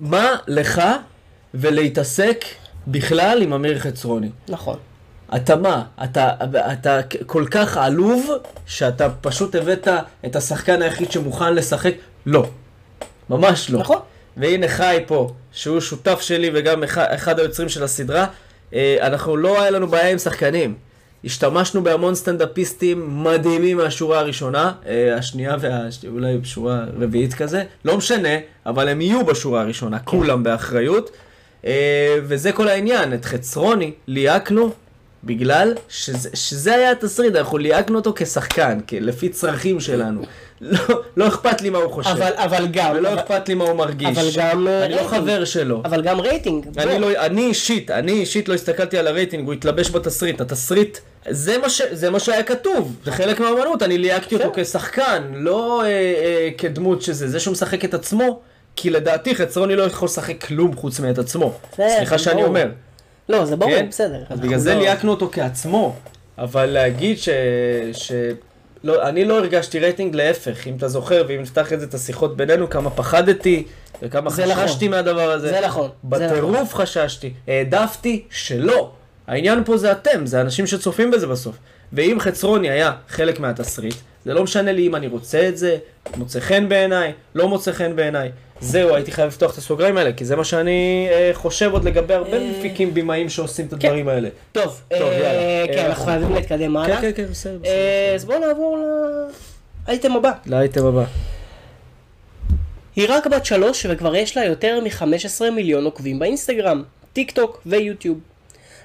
Speaker 1: מה לך ולהתעסק בכלל עם אמיר חצרוני?
Speaker 2: נכון.
Speaker 3: אתה מה? אתה, אתה כל כך עלוב, שאתה פשוט הבאת את השחקן היחיד שמוכן לשחק? לא. ממש לא.
Speaker 2: נכון.
Speaker 1: והנה חי פה, שהוא שותף שלי וגם אחד, אחד היוצרים של הסדרה. אה, אנחנו לא היה לנו בעיה עם שחקנים. השתמשנו בהמון סטנדאפיסטים מדהימים מהשורה הראשונה, אה, השנייה ואולי בשורה רביעית כזה, לא משנה, אבל הם יהיו בשורה הראשונה, כולם באחריות. אה, וזה כל העניין, את חצרוני ליהקנו בגלל שזה, שזה היה התסריט, אנחנו ליהקנו אותו כשחקן, כ- לפי צרכים שלנו. לא, לא אכפת לי מה הוא חושב.
Speaker 2: אבל, אבל גם,
Speaker 1: ולא
Speaker 2: אבל,
Speaker 1: אכפת לי מה הוא מרגיש.
Speaker 2: אבל גם, אה,
Speaker 1: אני לא
Speaker 2: רייטינג.
Speaker 1: חבר שלו.
Speaker 2: אבל גם רייטינג.
Speaker 1: אני
Speaker 2: בוא.
Speaker 1: לא, אני אישית, אני אישית לא הסתכלתי על הרייטינג, הוא התלבש בתסריט. התסריט, זה מה, ש, זה מה שהיה כתוב, זה חלק מהאמנות, אני ליהקתי אותו
Speaker 2: בסדר.
Speaker 1: כשחקן, לא אה, אה, כדמות שזה. זה שהוא משחק את עצמו, כי לדעתי חצרוני לא יכול לשחק כלום חוץ מאת עצמו.
Speaker 2: בסדר,
Speaker 1: סליחה שאני
Speaker 2: ברור.
Speaker 1: אומר.
Speaker 2: לא, זה ברור,
Speaker 1: כן?
Speaker 2: בסדר.
Speaker 1: אז
Speaker 2: אנחנו
Speaker 1: בגלל זה
Speaker 2: לא-
Speaker 1: ליהקנו אותו כעצמו, אבל להגיד ש... ש... לא, אני לא הרגשתי רייטינג, להפך, אם אתה זוכר, ואם נפתח את זה, את השיחות בינינו, כמה פחדתי, וכמה
Speaker 2: זה נכון.
Speaker 1: חששתי מהדבר הזה.
Speaker 2: זה נכון, זה נכון.
Speaker 1: בטירוף חששתי, העדפתי שלא. העניין פה זה אתם, זה האנשים שצופים בזה בסוף. ואם חצרוני היה חלק מהתסריט, זה לא משנה לי אם אני רוצה את זה, מוצא חן בעיניי, לא מוצא חן בעיניי. זהו, הייתי חייב לפתוח את הסוגריים האלה, כי זה מה שאני אה, חושב עוד לגבי הרבה מפיקים בימאים שעושים את הדברים האלה.
Speaker 2: טוב,
Speaker 1: טוב,
Speaker 2: כן. אה,
Speaker 1: יאללה.
Speaker 2: כן,
Speaker 1: אה,
Speaker 2: אנחנו חייבים להתקדם
Speaker 1: כן,
Speaker 2: הלאה.
Speaker 1: כן, כן, בסדר. בסדר.
Speaker 2: אה, אז בואו נעבור לאייטם הבא.
Speaker 1: לאייטם הבא.
Speaker 2: היא רק בת שלוש וכבר יש לה יותר מ-15 מיליון עוקבים באינסטגרם, טיק טוק ויוטיוב.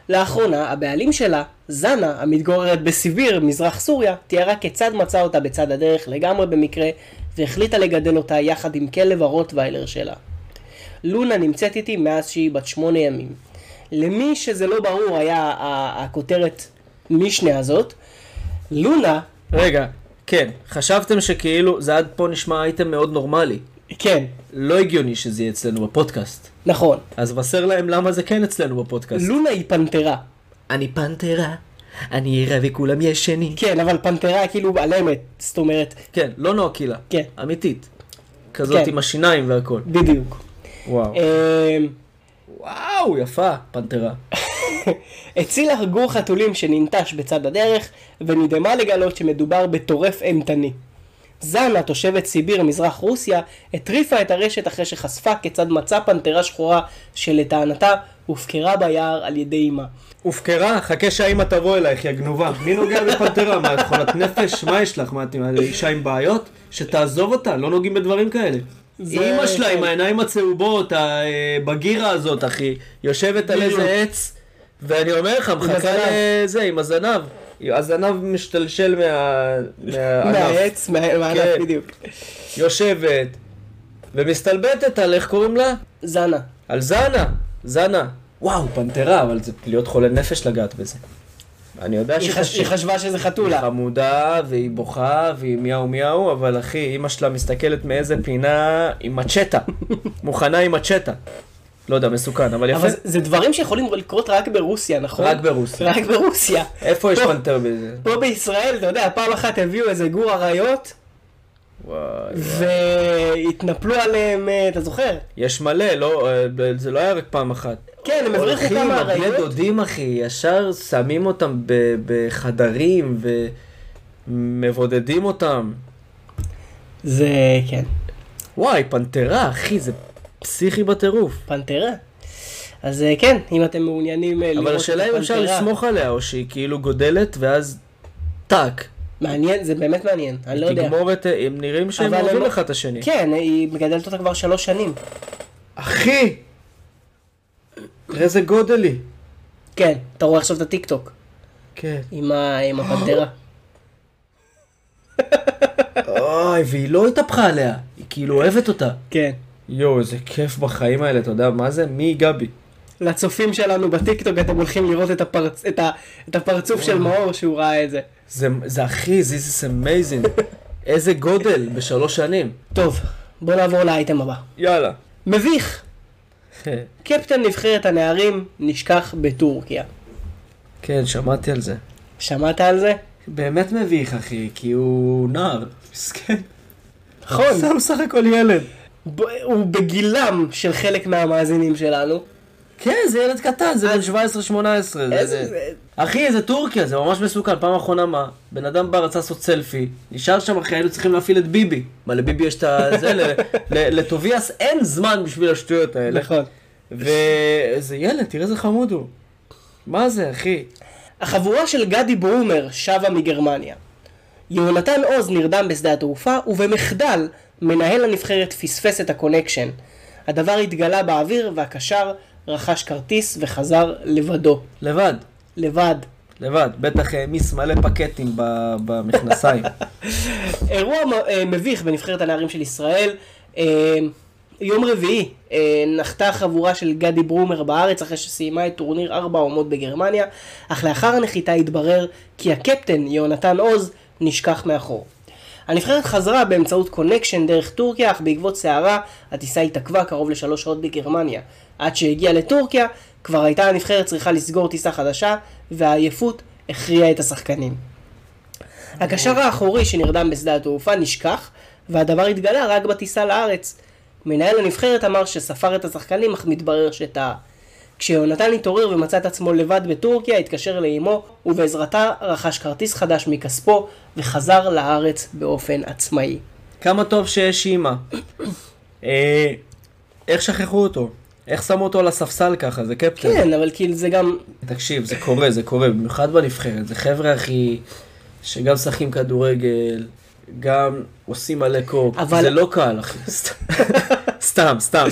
Speaker 2: לאחרונה, הבעלים שלה, זנה, המתגוררת בסיביר, מזרח סוריה, תיארה כיצד מצא אותה בצד הדרך לגמרי במקרה, והחליטה לגדל אותה יחד עם כלב הרוטוויילר שלה. לונה נמצאת איתי מאז שהיא בת שמונה ימים. למי שזה לא ברור היה ה- הכותרת משנה הזאת, לונה,
Speaker 1: רגע, כן, חשבתם שכאילו, זה עד פה נשמע אייטם מאוד נורמלי.
Speaker 2: כן,
Speaker 1: לא הגיוני שזה יהיה אצלנו בפודקאסט.
Speaker 2: נכון,
Speaker 1: אז בסר להם למה זה כן אצלנו בפודקאסט.
Speaker 2: לונה היא פנתרה.
Speaker 3: אני פנתרה, אני ערה וכולם ישנים.
Speaker 2: כן, אבל פנתרה כאילו על אמת, זאת אומרת,
Speaker 1: כן, לא נועה קילה.
Speaker 2: כן.
Speaker 1: אמיתית. כזאת
Speaker 2: כן.
Speaker 1: עם השיניים והכל.
Speaker 2: בדיוק.
Speaker 1: וואו.
Speaker 2: אמ,
Speaker 1: וואו, יפה, פנתרה.
Speaker 2: הצילה גור חתולים שננטש בצד הדרך, ונדהמה לגלות שמדובר בטורף אימתני. זנה, תושבת סיביר, מזרח רוסיה, הטריפה את הרשת אחרי שחשפה כיצד מצאה פנתרה שחורה שלטענתה הופקרה ביער על ידי אמה.
Speaker 1: הופקרה, חכה שהאימא תבוא אלייך, יא גנובה. מי נוגע בפנתרה? מה, את חולת נפש? מה יש לך? מה, את אישה עם בעיות? שתעזוב אותה, לא נוגעים בדברים כאלה.
Speaker 2: זה-
Speaker 1: אימא שלה עם
Speaker 2: כן.
Speaker 1: העיניים הצהובות, ה- אה, בגירה הזאת, אחי, יושבת על
Speaker 2: בדיוק.
Speaker 1: איזה עץ, ואני אומר לך, מחכה
Speaker 2: הזנב.
Speaker 1: לזה, עם הזנב. הזנב משתלשל מה- מהענף.
Speaker 2: מהעץ, מה- מהענף
Speaker 1: כן.
Speaker 2: בדיוק.
Speaker 1: יושבת, ומסתלבטת על, איך קוראים לה?
Speaker 2: זנה.
Speaker 1: על זנה, זנה. וואו, פנתרה, אבל זה להיות חולה נפש לגעת בזה. אני יודע
Speaker 2: היא חש-
Speaker 1: שקשה.
Speaker 2: היא חשבה שזה
Speaker 1: היא
Speaker 2: חתולה.
Speaker 1: חמודה, והיא בוכה, והיא מיהו מיהו, אבל אחי, אמא שלה מסתכלת מאיזה פינה עם <laughs> מצ'טה. מוכנה עם מצ'טה. לא יודע, מסוכן, אבל יפה.
Speaker 2: אבל זה- זה דברים שיכולים לקרות רק ברוסיה, נכון?
Speaker 1: רק ברוסיה. <laughs>
Speaker 2: רק ברוסיה.
Speaker 1: איפה יש
Speaker 2: טוב.
Speaker 1: פנתר בזה?
Speaker 2: פה בישראל, אתה יודע, פעם אחת הביאו איזה גור אריות,
Speaker 1: וואי.
Speaker 2: והתנפלו עליהם, אה, אתה זוכר?
Speaker 1: יש מלא, לא, אה, זה לא היה רק פעם אחת.
Speaker 2: כן, הם הבריחו
Speaker 1: הולכים,
Speaker 2: כמה
Speaker 1: הבני
Speaker 2: אריות.
Speaker 1: דודים אחי, ישר שמים אותם ב- בחדרים ומבודדים אותם.
Speaker 2: זה, כן,
Speaker 1: וואי, פנתרה, אחי, זה פסיכי בטירוף.
Speaker 2: פנתרה. אז אה, כן, אם אתם מעוניינים אה, לראות
Speaker 1: אבל
Speaker 2: את
Speaker 1: השאלה אם אפשר
Speaker 2: הפנתרה.
Speaker 1: לסמוך עליה, או שהיא כאילו גודלת, ואז טאק.
Speaker 2: מעניין, זה באמת מעניין, אני לא יודע.
Speaker 1: תגמור את... הם נראים שהם
Speaker 2: אבל הם
Speaker 1: אוהבים
Speaker 2: לא-
Speaker 1: אחד את השני.
Speaker 2: כן, היא מגדלת אותה כבר שלוש שנים.
Speaker 1: אחי! תראה איזה גודל היא.
Speaker 2: כן, אתה רואה עכשיו את הטיקטוק.
Speaker 5: כן.
Speaker 2: עם ה- עם הפנתרה.
Speaker 1: אוי, והיא לא התהפכה עליה, היא כאילו אוהבת אותה.
Speaker 2: <gasps> כן.
Speaker 5: יואו, איזה כיף בחיים האלה, אתה יודע מה זה? מי גבי?
Speaker 2: לצופים שלנו בטיקטוק אתם הולכים לראות את, הפרצ... את, ה... את הפרצוף של מאור שהוא ראה את זה.
Speaker 5: זה, זה אחי, this is amazing.
Speaker 2: <laughs>
Speaker 5: איזה גודל בשלוש שנים.
Speaker 2: טוב, בוא נעבור לאייטם הבא.
Speaker 1: <laughs>
Speaker 5: יאללה.
Speaker 2: מביך! קפטן נבחרת הנערים נשכח בטורקיה.
Speaker 5: כן, שמעתי על זה.
Speaker 2: שמעת על זה?
Speaker 1: באמת מביך, אחי, כי הוא נער. מסכן.
Speaker 2: נכון.
Speaker 1: זה בסך הכל ילד.
Speaker 2: ב... הוא בגילם של חלק מהמאזינים שלנו.
Speaker 1: כן, זה ילד קטן, זה בן 17-18. זה-
Speaker 2: איזה-
Speaker 1: זה- אחי, זה טורקיה, זה ממש מסוכן. פעם אחרונה מה? בן אדם בא, רצה לעשות סלפי, נשאר שם, אחי, היינו צריכים להפעיל את ביבי. מה, לביבי יש את <laughs> ה... זה, ל- ל- לטוביאס אין זמן בשביל השטויות האלה.
Speaker 2: נכון.
Speaker 1: ואיזה ילד, תראה איזה חמוד הוא. מה זה, אחי?
Speaker 2: החבורה של גדי ברומר שבה מגרמניה. יהונתן עוז נרדם בשדה התעופה, ובמחדל מנהל הנבחרת פספס את הקונקשן. הדבר התגלה באוויר, והקשר רכש כרטיס וחזר לבדו.
Speaker 1: לבד,
Speaker 2: לבד.
Speaker 1: לבד. בטח אה, מיס מלא פקטים ב- במכנסיים.
Speaker 2: אירוע מ- אה, מביך בנבחרת הנערים של ישראל. אה, יום רביעי אה, נחתה חבורה של גדי ברומר בארץ אחרי שסיימה את טורניר ארבע האומות בגרמניה, אך לאחר הנחיתה התברר כי הקפטן יהונתן עוז נשכח מאחור. הנבחרת חזרה באמצעות קונקשן דרך טורקיה, אך בעקבות סערה הטיסה התעכבה קרוב לשלוש שעות בגרמניה. עד שהגיעה לטורקיה, כבר הייתה הנבחרת צריכה לסגור טיסה חדשה, והעייפות הכריעה את השחקנים. הקשר האחורי שנרדם בשדה התעופה נשכח, והדבר התגלה רק בטיסה לארץ. מנהל הנבחרת אמר שספר את השחקנים, אך מתברר שטעה. כשיונתן התעורר ומצא את עצמו לבד בטורקיה, התקשר לאמו, ובעזרתה רכש כרטיס חדש מכספו, וחזר לארץ באופן עצמאי.
Speaker 1: כמה טוב שיש אימא. אה, איך שכחו אותו? איך שמו אותו על הספסל ככה? זה קפטן.
Speaker 2: כן, אבל כאילו זה גם...
Speaker 1: תקשיב, זה קורה, זה קורה, במיוחד בנבחרת. זה חבר'ה, אחי, שגם משחקים כדורגל, גם עושים מלא קורפ.
Speaker 2: אבל-
Speaker 1: אבל... זה לא קל, אחי. <laughs> סתם, סתם, סתם.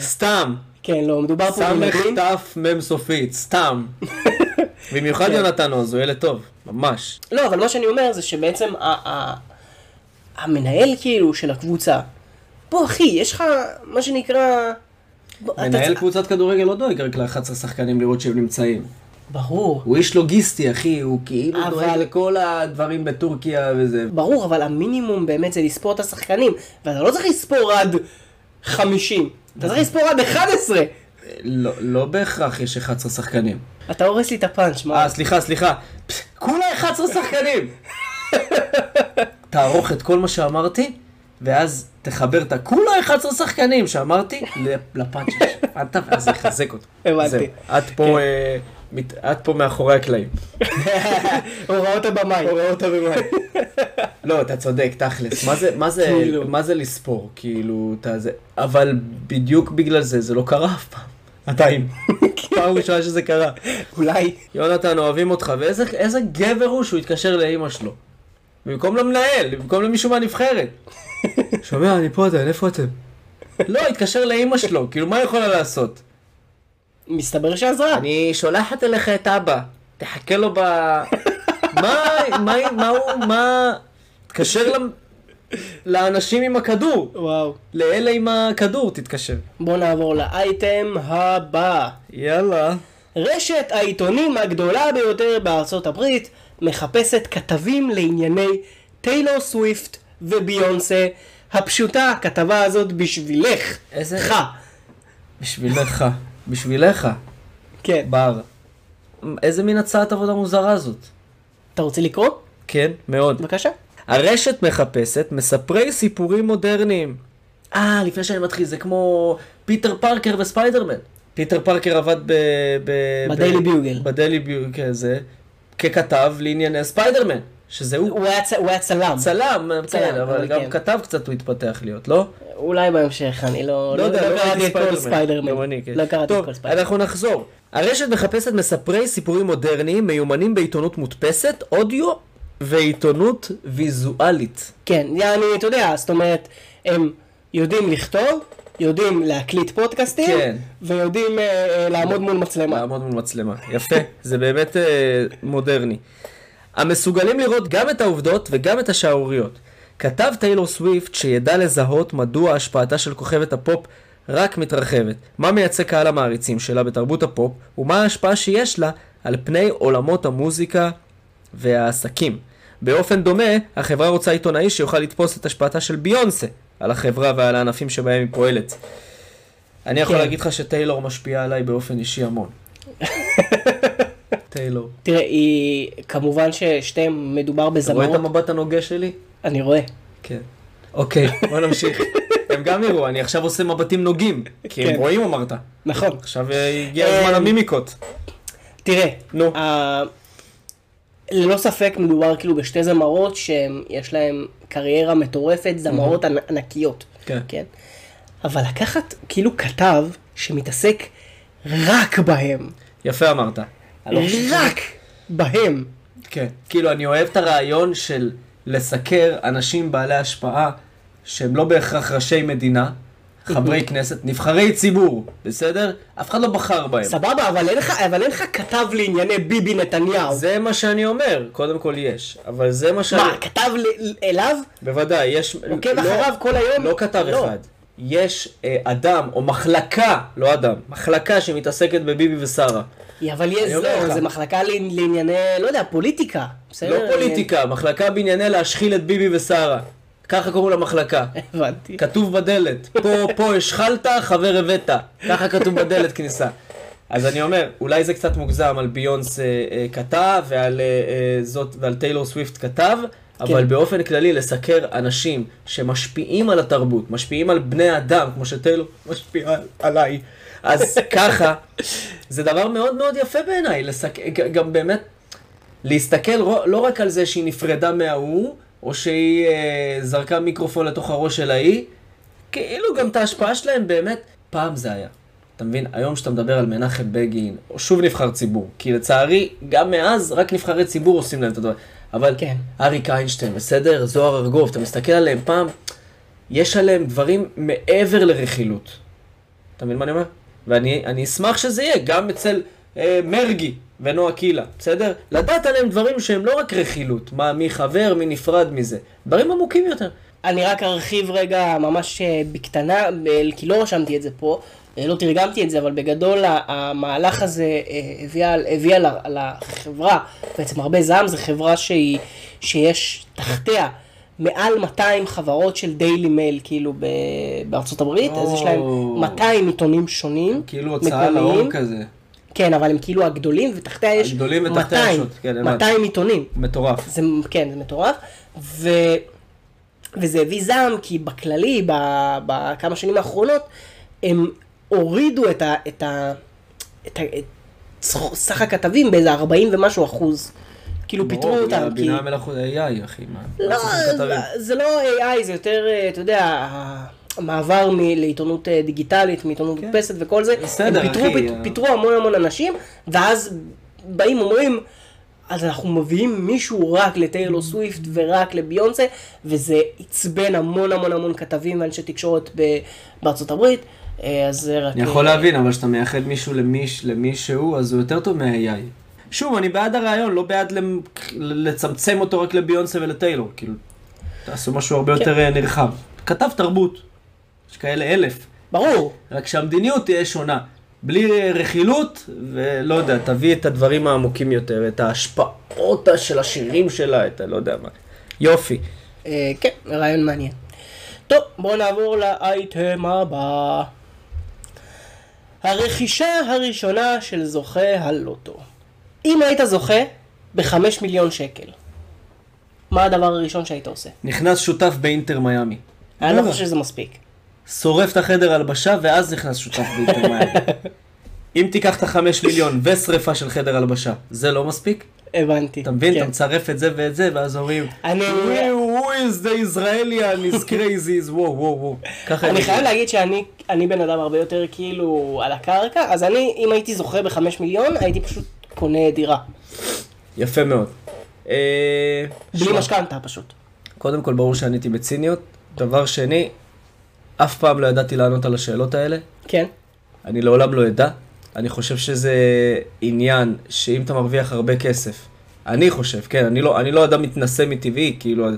Speaker 1: סתם.
Speaker 2: כן, לא, מדובר פה
Speaker 1: סמך
Speaker 2: בילדים.
Speaker 1: תף מם סופית, סתם. במיוחד
Speaker 2: כן.
Speaker 1: יונתן עוז, הוא ילד טוב, ממש.
Speaker 2: לא, אבל מה שאני אומר זה שבעצם ה- ה- המנהל כאילו של הקבוצה, בוא אחי, יש לך מה שנקרא... בוא, אתה
Speaker 1: מנהל
Speaker 2: צ-
Speaker 1: קבוצת כדורגל לא דואג רק ל-11 שחקנים לראות שהם נמצאים.
Speaker 2: ברור,
Speaker 1: הוא איש לוגיסטי, אחי, הוא כאילו
Speaker 2: אבל-
Speaker 1: דואג לכל הדברים בטורקיה וזה.
Speaker 2: ברור, אבל המינימום באמת זה לספור את השחקנים, ואתה לא צריך לספור עד 50, אתה צריך לספור עד 11!
Speaker 1: לא, לא בהכרח יש 11 שחקנים.
Speaker 2: אתה הורס לי את הפאנץ', מה?
Speaker 1: אה, סליחה, סליחה. פס, כולה 11 שחקנים! <laughs> תערוך את כל מה שאמרתי, ואז תחבר את הכולה 11 שחקנים שאמרתי ל-
Speaker 2: <laughs>
Speaker 1: לפאנצ'ה. הבנת? ואז לחזק אותו.
Speaker 2: הבנתי. כן.
Speaker 1: זהו, את פה... אה, מת- את פה מאחורי הקלעים. אה.
Speaker 2: הוראות הבמאי.
Speaker 1: הוראות הבמאי. <laughs> לא, אתה צודק, תכלס. מה זה- מה זה-
Speaker 2: כאילו.
Speaker 1: מה זה לספור? כאילו, אתה זה... אבל בדיוק בגלל זה, זה לא קרה אף פעם. <laughs> כאילו. עדיין. פעם ראשונה שזה קרה.
Speaker 2: אולי.
Speaker 1: יונתן, אוהבים אותך, ואיזה איזה גבר הוא שהוא התקשר לאימא שלו. במקום למנהל, במקום למישהו מהנבחרת. <laughs> שומע, אני פה עדיין, איפה אתם? לא, התקשר לאימא שלו, כאילו, מה היא יכולה לעשות?
Speaker 2: מסתבר שעזרה.
Speaker 1: אני שולחת אליך את אבא, תחכה לו ב... מה, מה, מה הוא, מה... תתקשר למ- לאנשים עם הכדור,
Speaker 2: וואו.
Speaker 1: לאלה עם הכדור תתקשר.
Speaker 2: בוא נעבור לאייטם הבא.
Speaker 1: יאללה.
Speaker 2: רשת העיתונים הגדולה ביותר בארצות הברית מחפשת כתבים לענייני טיילור סוויפט וביונסה. הפשוטה, הכתבה הזאת בשבילך.
Speaker 1: איזה-
Speaker 2: לך.
Speaker 1: בשבילך, בשבילך,
Speaker 2: כן.
Speaker 1: בר. איזה מין הצעת עבודה מוזרה זאת?
Speaker 2: אתה רוצה לקרוא?
Speaker 1: כן, מאוד.
Speaker 2: בבקשה.
Speaker 1: הרשת מחפשת מספרי סיפורים מודרניים. אה, לפני שאני מתחיל, זה כמו פיטר פארקר וספיידרמן. פיטר פארקר עבד ב... ב
Speaker 2: בדיילי ביוגל.
Speaker 1: בדיילי ביוגל, זה, ככתב לענייני ספיידרמן, שזה הוא.
Speaker 2: הוא היה, צ... הוא היה צלם.
Speaker 1: צלם,
Speaker 2: צלם,
Speaker 1: כן,
Speaker 2: אבל
Speaker 1: אבל גם
Speaker 2: כן.
Speaker 1: כתב קצת הוא התפתח להיות, לא?
Speaker 2: אולי בהמשך, אני לא...
Speaker 1: לא יודע, לא
Speaker 2: קראתי
Speaker 1: ראיתי
Speaker 2: את כל
Speaker 1: ספיידרמן.
Speaker 2: ספיידרמן.
Speaker 1: גם אני, כן.
Speaker 2: לא קראתי את
Speaker 1: טוב,
Speaker 2: כל ספיידרמן.
Speaker 1: אנחנו נחזור.
Speaker 5: הרשת מחפשת מספרי סיפורים מודרניים מיומנים בעיתונות מודפסת, אודיו ועיתונות ויזואלית.
Speaker 2: כן, יעני, אתה יודע, זאת אומרת, הם יודעים לכתוב, יודעים להקליט פודקאסטים,
Speaker 1: כן.
Speaker 2: ויודעים אה, אה, לעמוד מול מצלמה.
Speaker 1: לעמוד מול מצלמה. יפה, זה באמת אה, מודרני. המסוגלים לראות גם את העובדות וגם את השערוריות. כתב טיילור סוויפט שידע לזהות מדוע השפעתה של כוכבת הפופ רק מתרחבת, מה מייצג קהל המעריצים שלה בתרבות הפופ, ומה ההשפעה שיש לה על פני עולמות המוזיקה והעסקים. באופן דומה, החברה רוצה עיתונאי שיוכל לתפוס את השפעתה של ביונסה על החברה ועל הענפים שבהם היא פועלת. אני יכול
Speaker 2: כן.
Speaker 1: להגיד לך שטיילור משפיעה עליי באופן אישי המון. טיילור.
Speaker 2: תראה, היא, כמובן ששתיהם מדובר
Speaker 1: אתה רואה את
Speaker 2: בזמרות,
Speaker 1: המבט הנוגה שלי?
Speaker 2: אני רואה.
Speaker 1: כן. אוקיי, בוא נמשיך. <laughs> הם גם יראו, אני עכשיו עושה מבטים נוגים. כי הם
Speaker 2: כן.
Speaker 1: רואים אמרת.
Speaker 2: נכון.
Speaker 1: עכשיו אה, הגיע הזמן
Speaker 2: אה,
Speaker 1: המימיקות.
Speaker 2: תראה,
Speaker 1: נו.
Speaker 2: ה... ללא ספק מדובר כאילו בשתי זמרות שיש להן קריירה מטורפת, זמרות ענ- ענקיות.
Speaker 1: כן.
Speaker 2: כן. אבל לקחת כאילו כתב שמתעסק רק בהם,
Speaker 1: יפה אמרת. לא
Speaker 2: רק בהם.
Speaker 1: כן. כאילו, אני אוהב את הרעיון של לסקר אנשים בעלי השפעה שהם לא בהכרח ראשי מדינה, <laughs> חברי כנסת, נבחרי ציבור, בסדר? אף אחד לא בחר בהם.
Speaker 2: סבבה, אבל אין לך- אבל אין לך כתב לענייני ביבי נתניהו.
Speaker 1: זה מה שאני אומר, קודם כל יש, אבל זה מה שאני...
Speaker 2: מה, כתב ל- אליו?
Speaker 1: בוודאי, יש...
Speaker 2: עוקב
Speaker 1: לא-
Speaker 2: אחריו כל היום?
Speaker 1: לא כתב
Speaker 2: לא.
Speaker 1: אחד. יש אה, אדם, או מחלקה, לא אדם, מחלקה שמתעסקת בביבי ושרה. לא
Speaker 2: אבל יש,
Speaker 1: אני אומר
Speaker 2: לא,
Speaker 1: לך.
Speaker 2: זה מחלקה לעני- לענייני, לא יודע, פוליטיקה.
Speaker 1: לא
Speaker 2: בסדר?
Speaker 1: פוליטיקה, מחלקה בענייני להשחיל את ביבי ושרה. ככה קוראים למחלקה.
Speaker 2: <laughs> הבנתי.
Speaker 1: כתוב בדלת, פה, פה השחלת, חבר הבאת. ככה כתוב בדלת כניסה. אז אני אומר, אולי זה קצת מוגזם על ביונס אה, אה, כתב, ועל, אה, אה, זאת, ועל טיילור סוויפט כתב, אבל
Speaker 2: כן.
Speaker 1: באופן כללי לסקר אנשים שמשפיעים על התרבות, משפיעים על בני אדם, כמו שטיילור משפיע עליי. אז ככה, זה דבר מאוד מאוד יפה בעיניי, לסק... ג- גם באמת להסתכל רו- לא רק על זה שהיא נפרדה מההוא, או שהיא אה, זרקה מיקרופון לתוך הראש של ההיא, כאילו גם את ההשפעה שלהם באמת, פעם זה היה. אתה מבין, היום שאתה מדבר על מנחם בגין, או שוב נבחר ציבור, כי לצערי, גם מאז רק נבחרי ציבור עושים להם את הדבר. אבל
Speaker 2: כן.
Speaker 1: אריק איינשטיין, בסדר? זוהר ארגוב, אתה מסתכל עליהם פעם, יש עליהם דברים מעבר לרכילות. אתה מבין מה אני אומר? ואני אני אשמח שזה יהיה גם אצל אה, מרגי ונועה קילה, בסדר? לדעת עליהם דברים שהם לא רק רכילות, מה, מי חבר, מי נפרד מזה, דברים עמוקים יותר.
Speaker 2: אני רק ארחיב רגע ממש אה, בקטנה, אה, כי לא רשמתי את זה פה, אה, לא תרגמתי את זה, אבל בגדול ה- המהלך הזה אה, הביא, על- הביא על, ה- על החברה, בעצם הרבה זעם, זו חברה שהיא, שיש תחתיה מעל 200 חברות של דיילי מייל, כאילו ב- בארצות הברית, אז יש להם
Speaker 3: או.
Speaker 2: 200 עיתונים שונים,
Speaker 3: כאילו הוצאה לאור כזה.
Speaker 2: כן, אבל הם כאילו הגדולים, ותחתיה יש
Speaker 1: הגדולים ותחתיה
Speaker 2: 200,
Speaker 1: יש עוד, כן, הבנתי.
Speaker 2: 200 עיתונים.
Speaker 1: מטורף.
Speaker 2: זה, כן, זה מטורף. ו... וזה הביא זעם, כי בכללי, ב- בכמה שנים האחרונות, הם הורידו את ה... את ה... את ה... את סכ- סך הכתבים באיזה 40 ומשהו אחוז. כאילו פיטרו
Speaker 3: ברור,
Speaker 2: אותם, כי...
Speaker 3: הבינה המלאכותית, AI אחי, מה?
Speaker 2: לא,
Speaker 3: מה צריכים
Speaker 2: זה-
Speaker 3: כתבים?
Speaker 2: זה לא AI, זה יותר, אה, אתה יודע, המעבר מ- לעיתונות אה, דיגיטלית, מעיתונות מודפסת וכל זה.
Speaker 3: כן. בסדר,
Speaker 2: הם פיטרו,
Speaker 3: אחי,
Speaker 2: פית-
Speaker 3: אה.
Speaker 2: פיטרו המון המון אנשים, ואז באים אומרים, אז אנחנו מביאים מישהו רק לטיילור סוויפט ורק לביונסה, וזה עצבן המון המון המון כתבים ואנשי תקשורת ב- בארצות הברית, אה, אז זה רק...
Speaker 3: אני יכול
Speaker 2: אה,
Speaker 3: להבין, אבל כשאתה מייחד מישהו למיש, למישהו, אז הוא יותר טוב מה-AI.
Speaker 1: שוב, אני בעד הרעיון, לא בעד למ- לצמצם אותו רק לביונסה ולטיילור. כאילו,
Speaker 3: תעשו משהו
Speaker 2: כן.
Speaker 3: הרבה יותר אה, נרחב.
Speaker 1: כתב תרבות,
Speaker 3: יש כאלה אלף.
Speaker 2: ברור.
Speaker 1: רק שהמדיניות תהיה שונה. בלי אה, רכילות, ולא יודע, תביא את הדברים העמוקים יותר, את ההשפעות של השירים שלה, את הלא יודע מה. יופי.
Speaker 2: אה, כן, רעיון מעניין. טוב, בואו נעבור לאייטם הבא. הרכישה הראשונה של זוכה הלוטו. אם היית זוכה בחמש מיליון שקל, מה הדבר הראשון שהיית עושה?
Speaker 1: נכנס שותף באינטר מיאמי.
Speaker 2: אני לא חושב שזה מספיק.
Speaker 1: שורף את החדר הלבשה, ואז נכנס שותף באינטר
Speaker 2: <laughs>
Speaker 1: מיאמי. אם תיקח את החמש מיליון ושרפה של חדר הלבשה, זה לא מספיק?
Speaker 2: הבנתי.
Speaker 1: אתה מבין?
Speaker 2: כן.
Speaker 1: אתה מצרף את זה ואת זה, ואז אומרים,
Speaker 2: אני-
Speaker 1: "Who- who is the Israelian is crazy is וואו וואו וואו. ככה הם
Speaker 2: אני חייב
Speaker 1: יגידו.
Speaker 2: להגיד שאני אני בן אדם הרבה יותר כאילו על הקרקע, אז אני, אם הייתי זוכה בחמש מיליון, הייתי פשוט קונה דירה.
Speaker 1: יפה מאוד. אה,
Speaker 2: בלי משכנתה פשוט.
Speaker 1: קודם כל, ברור שעניתי בציניות. דבר שני, אף פעם לא ידעתי לענות על השאלות האלה.
Speaker 2: כן.
Speaker 1: אני לעולם לא אדע. אני חושב שזה עניין שאם אתה מרוויח הרבה כסף, אני חושב, כן, אני לא, אני לא אדם מתנשא מטבעי, כאילו,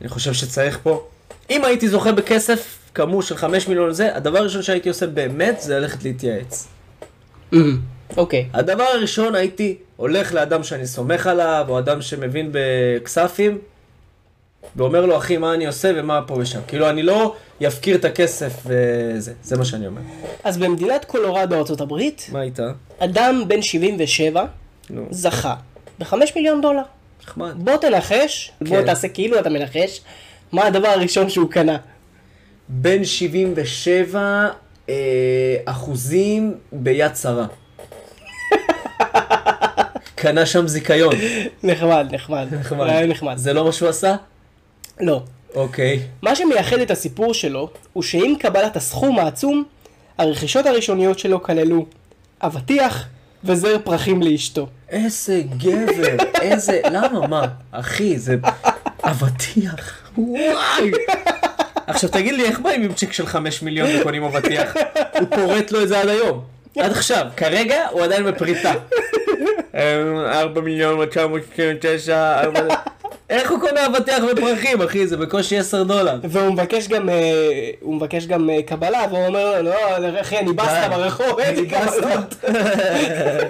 Speaker 1: אני חושב שצריך פה. אם הייתי זוכה בכסף, כאמור של 5 מיליון זה, הדבר הראשון שהייתי עושה באמת זה ללכת להתייעץ.
Speaker 2: אמ, אוקיי.
Speaker 1: הדבר הראשון הייתי הולך לאדם שאני סומך עליו, או אדם שמבין בכספים, ואומר לו, אחי, מה אני עושה ומה פה ושם. כאילו, אני לא יפקיר את הכסף וזה, זה מה שאני אומר.
Speaker 2: אז במדינת קולורדו, ארצות הברית,
Speaker 1: מה איתה?
Speaker 2: אדם בן 77
Speaker 1: נו,
Speaker 2: זכה בחמש מיליון דולר.
Speaker 1: נחמד.
Speaker 2: בוא תנחש, בוא
Speaker 1: כן.
Speaker 2: תעשה כאילו אתה מנחש, מה הדבר הראשון שהוא קנה.
Speaker 1: בין 77 אה, אחוזים ביד שרה. קנה שם זיכיון.
Speaker 2: נחמד, נחמד. נחמד. היה נחמד.
Speaker 1: זה לא מה שהוא עשה?
Speaker 2: לא.
Speaker 1: אוקיי.
Speaker 2: מה שמייחד את הסיפור שלו, הוא שעם קבלת הסכום העצום, הרכישות הראשוניות שלו כללו אבטיח וזר פרחים לאשתו.
Speaker 1: איזה גבר, איזה... למה? מה? אחי, זה אבטיח. וואי. עכשיו תגיד לי, איך באים עם צ'יק של 5 מיליון וקונים אבטיח? הוא פורט לו את זה עד היום. עד עכשיו, כרגע הוא עדיין בפריטה. אה, 4 מיליון 999, ארבע- איך הוא קונה אבטיח ופרחים, אחי? זה בקושי 10 דולר.
Speaker 2: והוא מבקש גם, אה, הוא מבקש גם אה, קבלה, והוא אומר, לא, אחי, אני בסטה
Speaker 1: די.
Speaker 2: ברחוב, אין לי
Speaker 1: אני בסטה." <laughs>
Speaker 2: קבלות.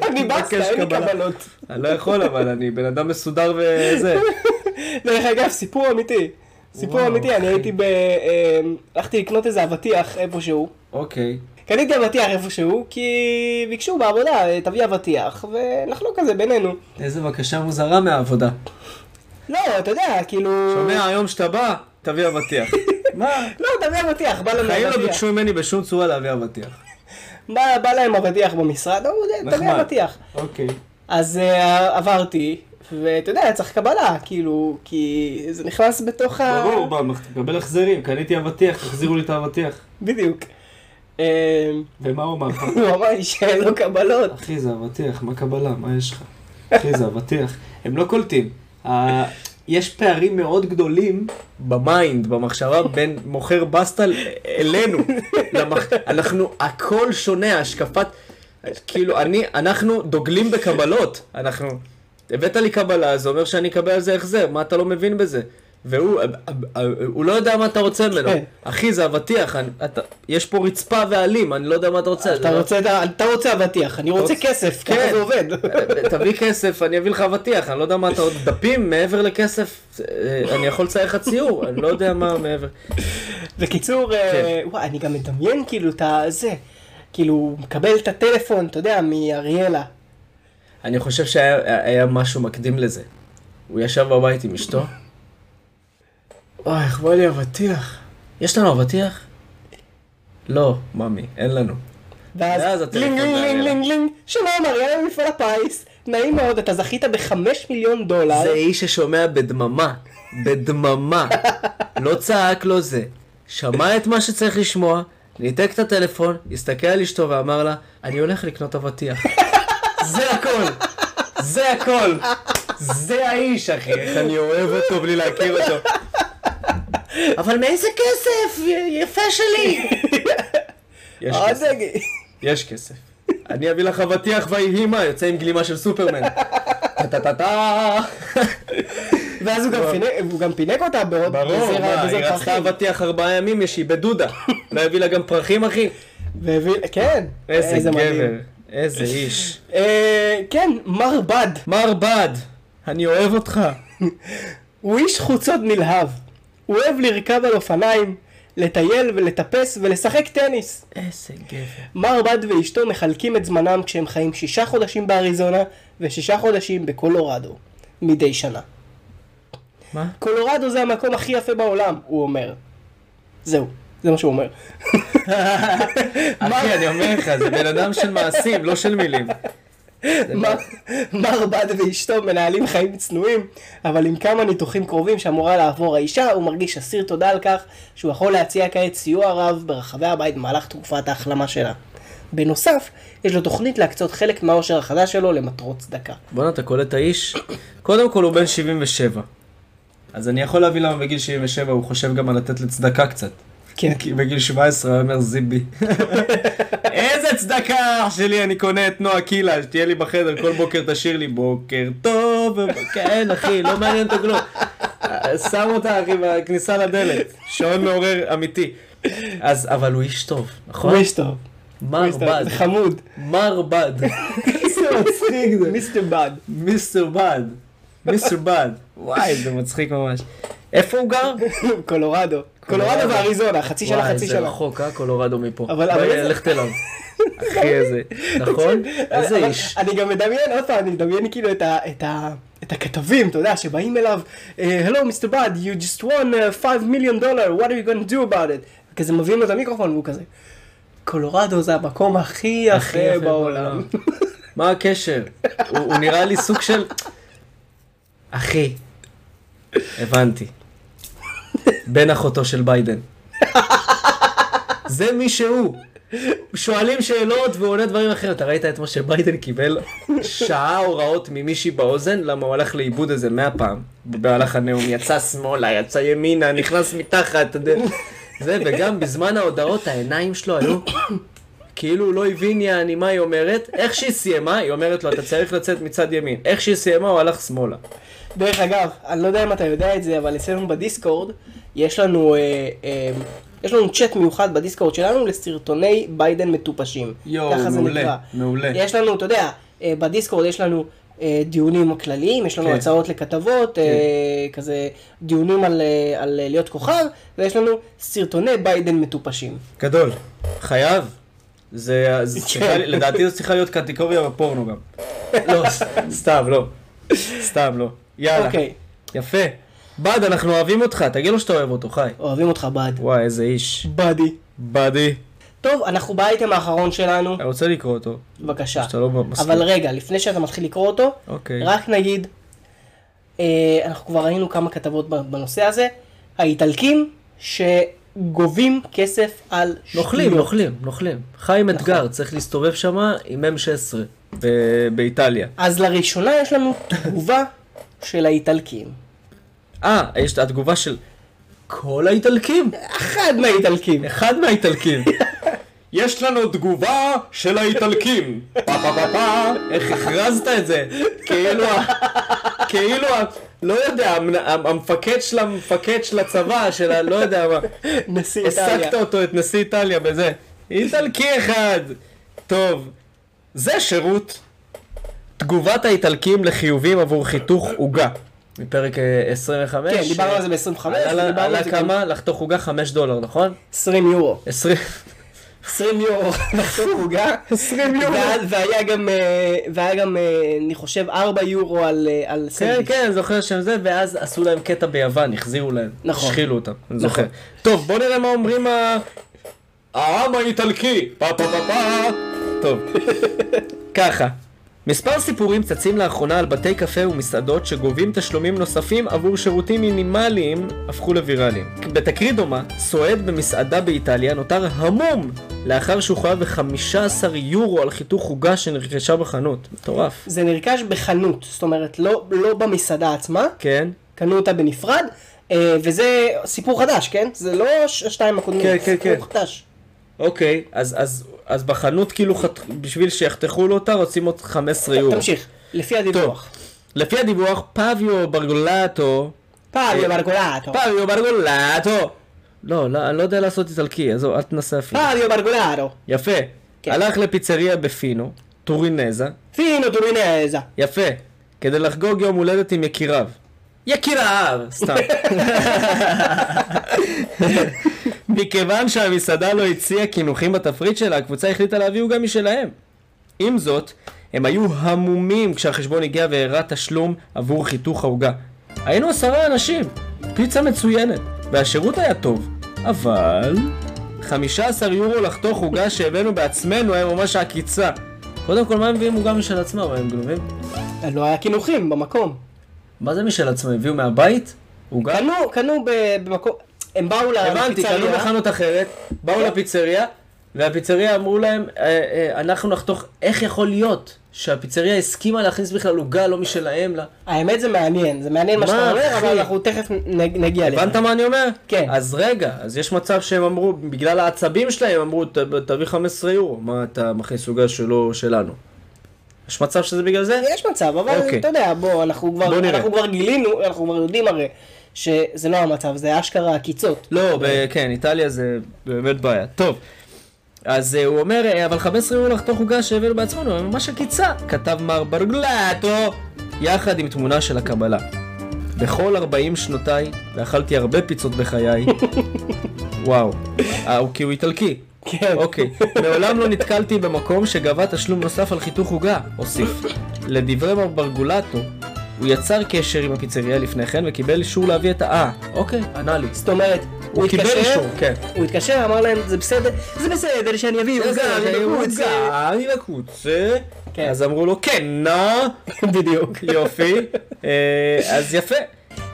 Speaker 2: אני בסטה,
Speaker 1: מבקש
Speaker 2: אין לי
Speaker 1: קבלה.
Speaker 2: קבלות.
Speaker 1: אני לא יכול, אבל אני בן אדם מסודר וזה.
Speaker 2: דרך אגב, סיפור אמיתי. סיפור
Speaker 1: וואו,
Speaker 2: אמיתי, אני
Speaker 1: אחי.
Speaker 2: הייתי ב... אה, הלכתי לקנות איזה אבטיח איפשהו.
Speaker 1: אוקיי.
Speaker 2: קניתי אבטיח איפשהו, כי ביקשו בעבודה, אה, תביא אבטיח, ונחלוק על זה בינינו.
Speaker 1: איזה בקשה מוזרה מהעבודה.
Speaker 2: לא, אתה יודע, כאילו...
Speaker 1: שומע, היום שאתה בא, תביא אבטיח. <laughs> מה?
Speaker 2: לא, תביא אבטיח, בא לנו
Speaker 1: חיים לא
Speaker 2: אבטיח.
Speaker 1: ביקשו ממני בשום צורה להביא אבטיח.
Speaker 2: בא בא להם אבטיח במשרד, אמרו, תביא
Speaker 1: נחמד.
Speaker 2: אבטיח.
Speaker 1: אוקיי.
Speaker 2: אז אה, עברתי, ואתה יודע, צריך קבלה, כאילו, כי זה נכנס בתוך ה...
Speaker 1: מקבל החזרים, קניתי אבטיח, תחזירו לי את האבטיח.
Speaker 2: בדיוק. אה,
Speaker 1: ומה הוא אמר לך?
Speaker 2: הוא אמר לי שאין לו קבלות.
Speaker 1: אחי, זה אבטיח, מה קבלה? מה יש לך? אחי, זה אבטיח. הם לא קולטים. ה- יש פערים מאוד גדולים במיינד, במחשבה, בין מוכר בסטה ל- אלינו. למח... אנחנו, הכל שונה, השקפת... כאילו, אני, אנחנו דוגלים בקבלות. אנחנו... הבאת לי קבלה, זה אומר שאני אקבל על זה החזר, מה אתה לא מבין בזה? והוא, אה, הוא לא יודע מה אתה רוצה ממנו.
Speaker 2: כן.
Speaker 1: אחי, זה אבטיח, אני- אתה- יש פה רצפה ועלים, אני לא יודע מה אתה רוצה.
Speaker 2: אתה רוצה, את ה- אתה רוצה אבטיח, אני רוצה
Speaker 1: רוצה-
Speaker 2: כסף,
Speaker 1: כן.
Speaker 2: ככה זה
Speaker 1: <laughs>
Speaker 2: עובד.
Speaker 1: תביא כסף, אני אביא לך אבטיח, אני לא יודע מה אתה עוד דפים מעבר לכסף, אה, אני יכול לצייר לך ציור, אני לא יודע מה מעבר.
Speaker 2: בקיצור, אה,
Speaker 1: כן.
Speaker 2: וואי, אני גם מדמיין כאילו את הזה, כאילו, הוא מקבל את הטלפון, אתה יודע, מאריאלה.
Speaker 1: אני חושב שהיה היה משהו מקדים לזה. הוא ישב בבית עם אשתו. אוי, איך בא לי אבטיח. יש לנו אבטיח? לא, ממי, אין לנו. ואז
Speaker 2: ואז
Speaker 1: הטלפון
Speaker 2: לינג לינג לינג
Speaker 1: באריאלה.
Speaker 2: לינג לינג, שלום אריאלה ממפעל הפיס, נעים מאוד, אתה זכית בחמש מיליון דולר. אה,
Speaker 1: זה איש ששומע בדממה, בדממה. לא צעק לו זה. שמע את מה שצריך לשמוע, ניתק את הטלפון, הסתכל על אשתו ואמר לה, אני הולך לקנות אבטיח. <laughs> זה הכל! זה הכל! זה האיש, אחי, איך אני אוהב אותו בלי להכיר אותו. אבל מאיזה כסף? יפה שלי! יש
Speaker 2: אה,
Speaker 1: כסף,
Speaker 2: זה-
Speaker 1: יש כסף. אני אביא לך אבטיח ויהי מה, יוצא עם גלימה של סופרמן. טה-טה-טה-טה!
Speaker 2: ואז הוא גם פינק- הוא גם פינק אותה בעוד
Speaker 1: ברור,
Speaker 2: בזרע-
Speaker 1: מה,
Speaker 2: בזרע
Speaker 1: היא רצתה
Speaker 2: פרחים.
Speaker 1: אבטיח ארבעה ימים, יש היא <laughs> בדודה. לא הביא לה גם פרחים, אחי?
Speaker 2: והביא- כן.
Speaker 1: איזה גבר,
Speaker 2: מדהים.
Speaker 1: איזה איש.
Speaker 2: אה, כן, מר בד.
Speaker 1: מר בד, אני אוהב אותך.
Speaker 2: הוא איש חוצות נלהב. הוא אוהב לרכב על אופניים, לטייל ולטפס ולשחק טניס.
Speaker 1: איזה גבר.
Speaker 2: מר בד ואשתו מחלקים את זמנם כשהם חיים שישה חודשים באריזונה ושישה חודשים בקולורדו מדי שנה.
Speaker 1: מה?
Speaker 2: קולורדו זה המקום הכי יפה בעולם, הוא אומר. זהו, זה מה שהוא אומר.
Speaker 1: אחי, אני אומר לך, זה בן אדם של מעשים, לא של מילים.
Speaker 2: מר- מר בד ואשתו מנהלים חיים צנועים, אבל עם כמה ניתוחים קרובים שאמורה לעבור האישה, הוא מרגיש אסיר תודה על כך שהוא יכול להציע כעת סיוע רב ברחבי הבית במהלך תקופת ההחלמה שלה. בנוסף, יש לו תוכנית להקצות חלק מהאושר החדש שלו למטרות צדקה.
Speaker 1: בואנה, אתה קולט את האיש? קודם כל, הוא בן 77. אז אני יכול להבין למה בגיל 77 הוא חושב גם על לתת לצדקה קצת.
Speaker 2: כן.
Speaker 1: כי בגיל 17 היה אומר זיבי. <laughs> איזה צדקה אח שלי, אני קונה את נועה קילה, שתהיה לי בחדר, כל בוקר תשאיר לי בוקר טוב, ובוקר-" <laughs> כן אחי, לא מעניין אותו כלום. שם אותה אחי בכניסה לדלת, שעון מעורר אמיתי. אז, אבל הוא איש טוב, נכון?
Speaker 2: הוא איש טוב. הוא
Speaker 1: מר
Speaker 2: איש טוב,
Speaker 1: בד,
Speaker 2: זה חמוד.
Speaker 1: מר בד. איזה מצחיק <laughs> זה.
Speaker 2: מיסטר בד.
Speaker 1: מיסטר בד, מיסטר בד. וואי, זה מצחיק ממש. איפה הוא גר?
Speaker 2: <laughs> קולורדו. קולורדו ואריזונה, חצי שנה,
Speaker 1: וואי,
Speaker 2: חצי
Speaker 1: זה
Speaker 2: שנה.
Speaker 1: רחוק, אה? קולורדו מפה.
Speaker 2: אבל- אבל
Speaker 1: בואי,
Speaker 2: איזה-
Speaker 1: לך
Speaker 2: <laughs>
Speaker 1: תל אביב. אחי איזה, נכון? איזה
Speaker 2: אבל
Speaker 1: איש.
Speaker 2: אני גם מדמיין, עוד פעם, אני מדמיין כאילו את ה- את ה- את הכתבים, אתה יודע, שבאים אליו, אה, Hello, Mr. Bud, you just won uh, 5 million dollar, what are you going to do about it? כזה מביאים לו את המיקרופון והוא כזה. קולורדו זה המקום הכי
Speaker 1: הכי
Speaker 2: יפה
Speaker 1: יפה
Speaker 2: בעולם.
Speaker 1: בעולם." מה הקשר? הוא הוא נראה לי סוג של... אחי, הבנתי. בן אחותו של ביידן. זה מי שהוא. שואלים שאלות והוא עונה דברים אחרים. אתה ראית את מה שביידן קיבל שעה הוראות ממישהי באוזן? למה הוא הלך לאיבוד איזה מאה פעם במהלך הנאום. יצא שמאלה, יצא ימינה, נכנס מתחת. אתה יודע. זה, וגם בזמן ההודעות העיניים שלו היו כאילו הוא לא הבין יעני מה היא אומרת, איך שהיא סיימה, היא אומרת לו, אתה צריך לצאת מצד ימין. איך שהיא סיימה, הוא הלך שמאלה.
Speaker 2: דרך אגב, אני לא יודע אם אתה יודע את זה, אבל אצלנו בדיסקורד, יש לנו, אה, אה, יש לנו צ'אט מיוחד בדיסקורד שלנו לסרטוני ביידן מטופשים.
Speaker 1: יואו,
Speaker 2: ככה זה
Speaker 1: מעולה,
Speaker 2: נקרא.
Speaker 1: מעולה.
Speaker 2: יש לנו, אתה יודע, אה, בדיסקורד יש לנו אה, דיונים כלליים, יש לנו
Speaker 1: כן.
Speaker 2: הצעות לכתבות, אה, כזה דיונים על, אה, על אה, להיות כוכב, ויש לנו סרטוני ביידן מטופשים.
Speaker 1: גדול. כן. חייב. זה, זה צריכה, לדעתי זו צריכה להיות קטגוריה בפורנו גם. לא, ס- סתם, לא. סתם, לא. יאללה.
Speaker 2: אוקיי,
Speaker 1: יפה. בד, אנחנו אוהבים אותך, תגיד לו שאתה אוהב אותו, חי.
Speaker 2: אוהבים אותך בד.
Speaker 1: וואי, איזה איש.
Speaker 2: בדי.
Speaker 1: בדי.
Speaker 2: טוב, אנחנו באייטם האחרון שלנו,
Speaker 1: אני רוצה לקרוא אותו.
Speaker 2: בבקשה.
Speaker 1: שאתה לא מסכים.
Speaker 2: אבל רגע, לפני שאתה מתחיל לקרוא אותו,
Speaker 1: אוקיי.
Speaker 2: רק נגיד, אה, אנחנו כבר ראינו כמה כתבות ב- בנושא הזה, האיטלקים שגובים כסף על
Speaker 1: נוכלים, נוכלים, נוכלים. חיים אתגר, צריך להסתובב שמה עם M16. ב- באיטליה.
Speaker 2: אז לראשונה יש לנו תגובה של האיטלקים.
Speaker 1: אה, יש את התגובה של כל האיטלקים.
Speaker 2: אחד מהאיטלקים.
Speaker 1: אחד מהאיטלקים.
Speaker 2: <laughs>
Speaker 1: יש לנו תגובה של
Speaker 2: <laughs>
Speaker 1: האיטלקים. פה פה פה פה. איך הכרזת את זה? כאילו, ה- כאילו, ה- לא יודע, המנ- המ- המפקד של המפקד של הצבא, של ה... לא יודע מה.
Speaker 2: נשיא <laughs> איטליה.
Speaker 1: העסקת אותו, את נשיא איטליה, בזה. איטלקי אחד. טוב, זה שירות. תגובת האיטלקים לחיובים עבור חיתוך עוגה. מפרק אה, 25.
Speaker 2: כן, דיברנו על
Speaker 1: אה,
Speaker 2: זה ב-25,
Speaker 1: עלה-
Speaker 2: ודיברנו על
Speaker 1: עלה
Speaker 2: זה גם
Speaker 1: כמה? לחתוך עוגה 5 דולר, נכון?
Speaker 2: 20 יורו.
Speaker 1: 20
Speaker 2: 20 <laughs> יורו, לחתוך עוגה.
Speaker 1: 20
Speaker 2: ואז- והיה גם, אה, והיה גם, אה, אני חושב, 4 יורו על אה, על
Speaker 1: כן,
Speaker 2: סנדוויץ'.
Speaker 1: כן, זוכר שהם זה, ואז עשו להם קטע ביוון, החזירו להם.
Speaker 2: נכון.
Speaker 1: השחילו אותם, אני זוכר.
Speaker 2: נכון.
Speaker 1: טוב, בוא נראה מה אומרים ה... העם האיטלקי! פה פה פה פה! טוב. <laughs> ככה. מספר סיפורים צצים לאחרונה על בתי קפה ומסעדות שגובים תשלומים נוספים עבור שירותים מינימליים הפכו לוויראליים. בתקרית דומה, סועד במסעדה באיטליה נותר המום לאחר שהוא חייב ב-15 יורו על חיתוך עוגה שנרכשה בחנות. מטורף.
Speaker 2: זה נרכש בחנות, זאת אומרת, לא לא במסעדה עצמה.
Speaker 1: כן?
Speaker 2: קנו אותה בנפרד, אה, וזה סיפור חדש, כן? זה לא ש- השתיים הקודמים,
Speaker 1: כן,
Speaker 2: זה
Speaker 1: כן,
Speaker 2: סיפור
Speaker 1: כן.
Speaker 2: חדש.
Speaker 1: אוקיי, אז, אז, אז בחנות כאילו חת... בשביל שיחתכו לו אותה רוצים עוד 15 יורו.
Speaker 2: תמשיך, לפי הדיווח.
Speaker 1: לפי הדיווח, פביו ברגולטו, אה,
Speaker 2: פאביו ברגולטו,
Speaker 1: פביו ברגולטו, לא, לא, אני לא יודע לעשות איטלקי, עזוב, אל תנסה אפילו.
Speaker 2: פאביו ברגולטו,
Speaker 1: יפה.
Speaker 2: אה! כן.
Speaker 1: הלך לפיצריה בפינו, טורינזה,
Speaker 2: פינו טורינזה.
Speaker 1: יפה, כדי לחגוג יום הולדת עם יקיריו. יקיריו! סתם. מכיוון שהמסעדה לא הציעה קינוחים בתפריט שלה, הקבוצה החליטה להביא עוגה משלהם. עם זאת, הם היו המומים כשהחשבון הגיע והראה תשלום עבור חיתוך העוגה. היינו עשרה אנשים, פיצה מצוינת, והשירות היה טוב, אבל... 15 יורו לחתוך עוגה שהבאנו בעצמנו היה ממש עקיצה. קודם כל, מה הם מביאים עוגה משל עצמם? מה, הם גנובים?
Speaker 2: לא היה קינוחים במקום.
Speaker 1: מה זה משל עצמם? הביאו מהבית? עוגה?
Speaker 2: קנו, קנו ב- במקום, הם באו ל-
Speaker 1: אה? הבנתי,
Speaker 2: לפיצריה.
Speaker 1: קנו בחנות אחרת, באו לפיצריה, והפיצריה אמרו להם, "אה, אה, אנחנו נחתוך, איך יכול להיות שהפיצריה הסכימה להכניס בכלל עוגה לא משלהם? לה...
Speaker 2: האמת זה מעניין, זה מעניין מה
Speaker 1: מה,
Speaker 2: שאתה אומר,
Speaker 1: אחי?
Speaker 2: אבל אנחנו תכף נג- נגיע לזה.
Speaker 1: הבנת מה אני אומר?
Speaker 2: כן.
Speaker 1: אז רגע, אז יש מצב שהם אמרו, בגלל העצבים שלהם אמרו, "ת- תביא 15 יורו, מה אתה מכניס עוגה שלא שלנו? יש מצב שזה בגלל זה?
Speaker 2: יש מצב, אבל
Speaker 1: אוקיי.
Speaker 2: אתה יודע, בוא, אנחנו
Speaker 1: בוא
Speaker 2: כבר
Speaker 1: נראה.
Speaker 2: אנחנו כבר גילינו, אנחנו כבר יודעים הרי, שזה לא המצב, זה אשכרה עקיצות.
Speaker 1: לא, ב- כן, איטליה זה באמת בעיה. טוב. אז אה, הוא אומר, "אה, אבל 15 יורו לחתוך עוגה שהבאנו בעצמנו, הם ממש עקיצה, כתב מר ברגלטו, יחד עם תמונה של הקבלה. בכל 40 שנותיי, ואכלתי הרבה פיצות בחיי. וואו, אה, הוא- כי הוא איטלקי.
Speaker 2: כן.
Speaker 1: אוקיי. מעולם לא נתקלתי במקום שגבה תשלום נוסף על חיתוך עוגה, הוסיף. לדברי מר ברגולטו, הוא יצר קשר עם הפיצריה לפני כן וקיבל אישור להביא את ה... אה, אוקיי, ענה לי.
Speaker 2: זאת אומרת, הוא
Speaker 1: הוא קיבל
Speaker 2: התקשר,
Speaker 1: אישור, כן.
Speaker 2: הוא התקשר, אמר להם, זה בסדר, זה בסדר שאני אביא עוגה,
Speaker 1: לא, אני
Speaker 2: שאני
Speaker 1: לקוץ,
Speaker 2: רוצה."
Speaker 1: אני לקוץ. אה?
Speaker 2: כן.
Speaker 1: אז אמרו לו, כן, נא.
Speaker 2: <laughs> בדיוק.
Speaker 1: יופי. <laughs> אה, אז יפה.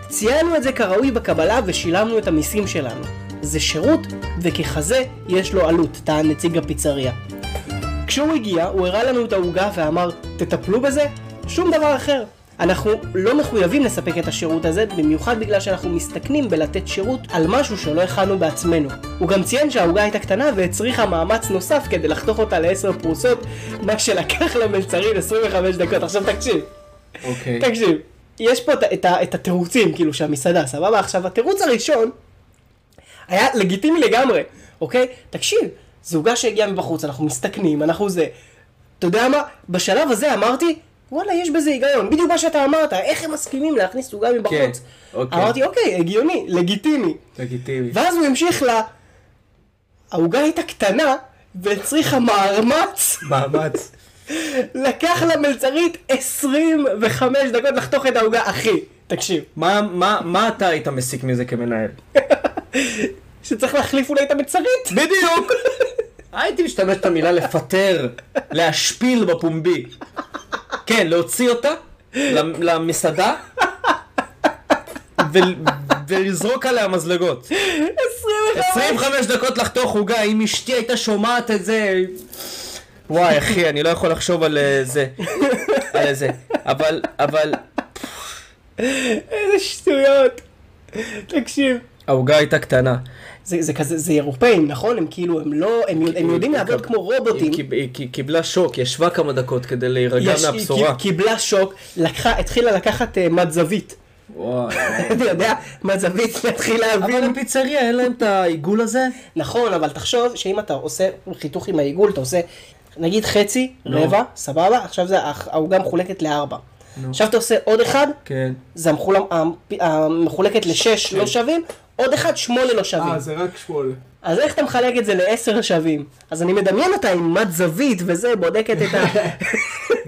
Speaker 2: ציינו את זה כראוי בקבלה ושילמנו את המיסים שלנו. זה שירות, וככזה יש לו עלות, טען נציג הפיצריה. כשהוא הגיע, הוא הראה לנו את העוגה ואמר, תטפלו בזה? שום דבר אחר. אנחנו לא מחויבים לספק את השירות הזה, במיוחד בגלל שאנחנו מסתכנים בלתת שירות על משהו שלא הכנו בעצמנו. הוא גם ציין שהעוגה הייתה קטנה והצריכה מאמץ נוסף כדי לחתוך אותה לעשר פרוסות, מה שלקח למלצרית 25 דקות. עכשיו תקשיב.
Speaker 3: אוקיי.
Speaker 2: תקשיב, יש פה את, ה- את, ה- את התירוצים, כאילו, של המסעדה, סבבה? עכשיו, התירוץ הראשון היה לגיטימי לגמרי, אוקיי? תקשיב, זו עוגה שהגיעה מבחוץ, אנחנו מסתכנים, אנחנו זה... אתה יודע מה? בשלב הזה אמרתי, וואלה, יש בזה היגיון. בדיוק מה שאתה אמרת, איך הם מסכימים להכניס עוגה מבחוץ?
Speaker 3: כן, אוקיי.
Speaker 2: אמרתי, אוקיי, הגיוני, לגיטימי.
Speaker 3: לגיטימי.
Speaker 2: ואז הוא המשיך ל... העוגה הייתה קטנה, והצריכה מאמץ.
Speaker 3: מאמץ.
Speaker 2: לקח למלצרית 25 דקות לחתוך את העוגה, אחי. תקשיב,
Speaker 1: מה- מה מה אתה היית מסיק מזה כמנהל?
Speaker 2: שצריך להחליף אולי את המלצרית.
Speaker 1: בדיוק. <laughs> הייתי משתמש את המילה לפטר, להשפיל בפומבי. כן, להוציא אותה למ- למסעדה ול- ולזרוק עליה מזלגות. 25 דקות לחתוך עוגה, אם אשתי הייתה שומעת את זה... וואי, אחי, אני לא יכול לחשוב על אה, זה. על זה. אבל, אבל,
Speaker 2: איזה שטויות. תקשיב.
Speaker 1: העוגה הייתה קטנה.
Speaker 2: זה, זה כזה, זה אירופאים, נכון? הם כאילו, הם לא, הם, יודע- הם יודעים לעבוד כמו רובוטים.
Speaker 1: היא קיב- היא קיב- קיבלה שוק, ישבה כמה דקות כדי להירגע
Speaker 2: יש- היא
Speaker 1: מהבשורה.
Speaker 2: קיב- קיבלה שוק, לקחה, התחילה לקחת אה, מד זווית. <laughs>
Speaker 1: וואי.
Speaker 2: אתה יודע, מד זווית להתחיל להבין.
Speaker 1: אבל הפיצריה, אין להם את העיגול הזה?
Speaker 2: נכון, אבל תחשוב שאם אתה עושה חיתוך עם העיגול, אתה עושה נגיד חצי, רבע, סבבה, עכשיו זה הח- העוגה מחולקת לארבע. עכשיו אתה עושה עוד אחד,
Speaker 1: כן.
Speaker 2: זה המחול- המפ- המחולקת לשש לא שווים, עוד אחד שמונה לא שווים.
Speaker 3: כן. אה, זה רק שמאל.
Speaker 2: אז איך אתה מחלק את זה לעשר שווים? אז אני מדמיין אותה עם מד זווית וזה, בודקת את
Speaker 3: <laughs>
Speaker 2: ה...
Speaker 3: כן.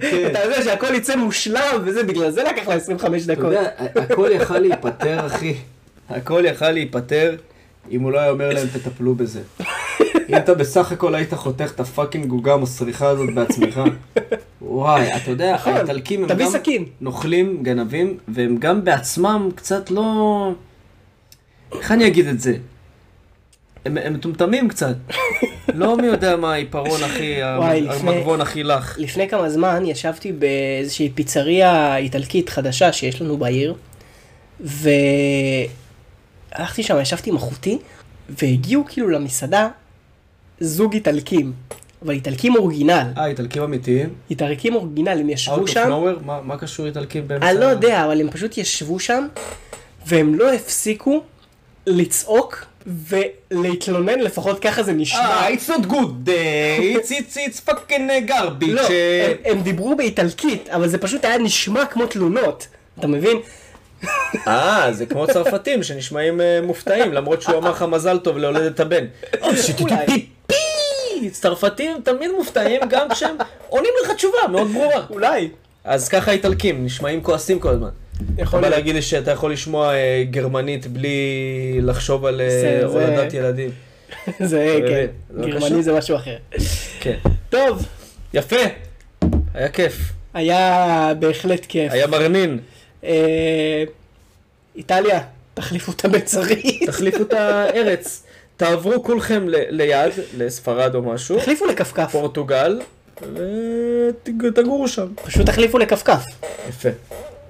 Speaker 2: אתה יודע שהכל יצא מושלם וזה, בגלל זה לקח לה 25
Speaker 3: אתה
Speaker 2: דקות.
Speaker 3: יודע, הכל יכל להיפתר, אחי. הכל יכל להיפתר אם הוא לא היה אומר להם, תטפלו בזה. אם אתה בסך הכל היית חותך את הפאקינג עוגה המסריחה הזאת בעצמך. וואי, אתה יודע,
Speaker 2: נכון,
Speaker 3: האיטלקים הם
Speaker 2: תביא
Speaker 3: גם
Speaker 2: סכין.
Speaker 3: נוכלים, גנבים, והם גם בעצמם קצת לא... איך אני אגיד את זה? הם הם מטומטמים קצת. לא מי יודע מה העיפרון הכי,
Speaker 2: וואי, לפני-
Speaker 3: המגבון הכי לך.
Speaker 2: לפני כמה זמן ישבתי באיזושהי פיצריה איטלקית חדשה שיש לנו בעיר, והלכתי שם, ישבתי עם אחותי, והגיעו כאילו למסעדה זוג איטלקים, אבל איטלקים אורגינל,
Speaker 3: אה, איטלקים אמיתיים?
Speaker 2: איטלקים אורגינל, הם ישבו
Speaker 3: Out of
Speaker 2: שם,
Speaker 3: nowhere? מה- מה קשור איטלקים באמצע?
Speaker 2: אני לא יודע, אבל הם פשוט ישבו שם, והם לא הפסיקו לצעוק ולהתלונן, לפחות ככה זה נשמע.
Speaker 3: אה, it's not good, uh, it's, it's, it's fucking uh, garbage.
Speaker 2: לא,
Speaker 3: אה,
Speaker 2: הם- הם דיברו באיטלקית, אבל זה פשוט היה נשמע כמו תלונות, אתה מבין?
Speaker 1: אה, זה כמו צרפתים שנשמעים אה, מופתעים, למרות שהוא אמר לך מזל טוב להולדת הבן.
Speaker 2: Oh,
Speaker 1: <laughs>
Speaker 2: אולי.
Speaker 1: פי! צרפתים תמיד מופתעים גם כשהם עונים לך תשובה מאוד ברורה.
Speaker 2: אולי.
Speaker 1: אז ככה האיטלקים, נשמעים כועסים כל הזמן. אתה
Speaker 2: יכול
Speaker 1: בא
Speaker 2: להיות.
Speaker 1: להגיד לי שאתה יכול לשמוע אה, גרמנית בלי לחשוב על אה,
Speaker 2: זה- זה-
Speaker 1: הולדת ילדים.
Speaker 2: זה,
Speaker 1: אתה
Speaker 2: כן.
Speaker 1: מבין? זה אה, לא קשור.
Speaker 2: גרמני זה משהו אחר.
Speaker 1: כן.
Speaker 2: טוב,
Speaker 1: יפה! היה כיף,
Speaker 2: היה בהחלט כיף.
Speaker 1: היה מרנין.
Speaker 2: אה, איטליה, תחליפו את המצרית.
Speaker 1: תחליפו את הארץ. ת- תעברו כולכם ל- ליד, לספרד או משהו,
Speaker 2: תחליפו לכפכף.
Speaker 1: פורטוגל, ותגורו שם.
Speaker 2: פשוט תחליפו לכפכף.
Speaker 1: יפה.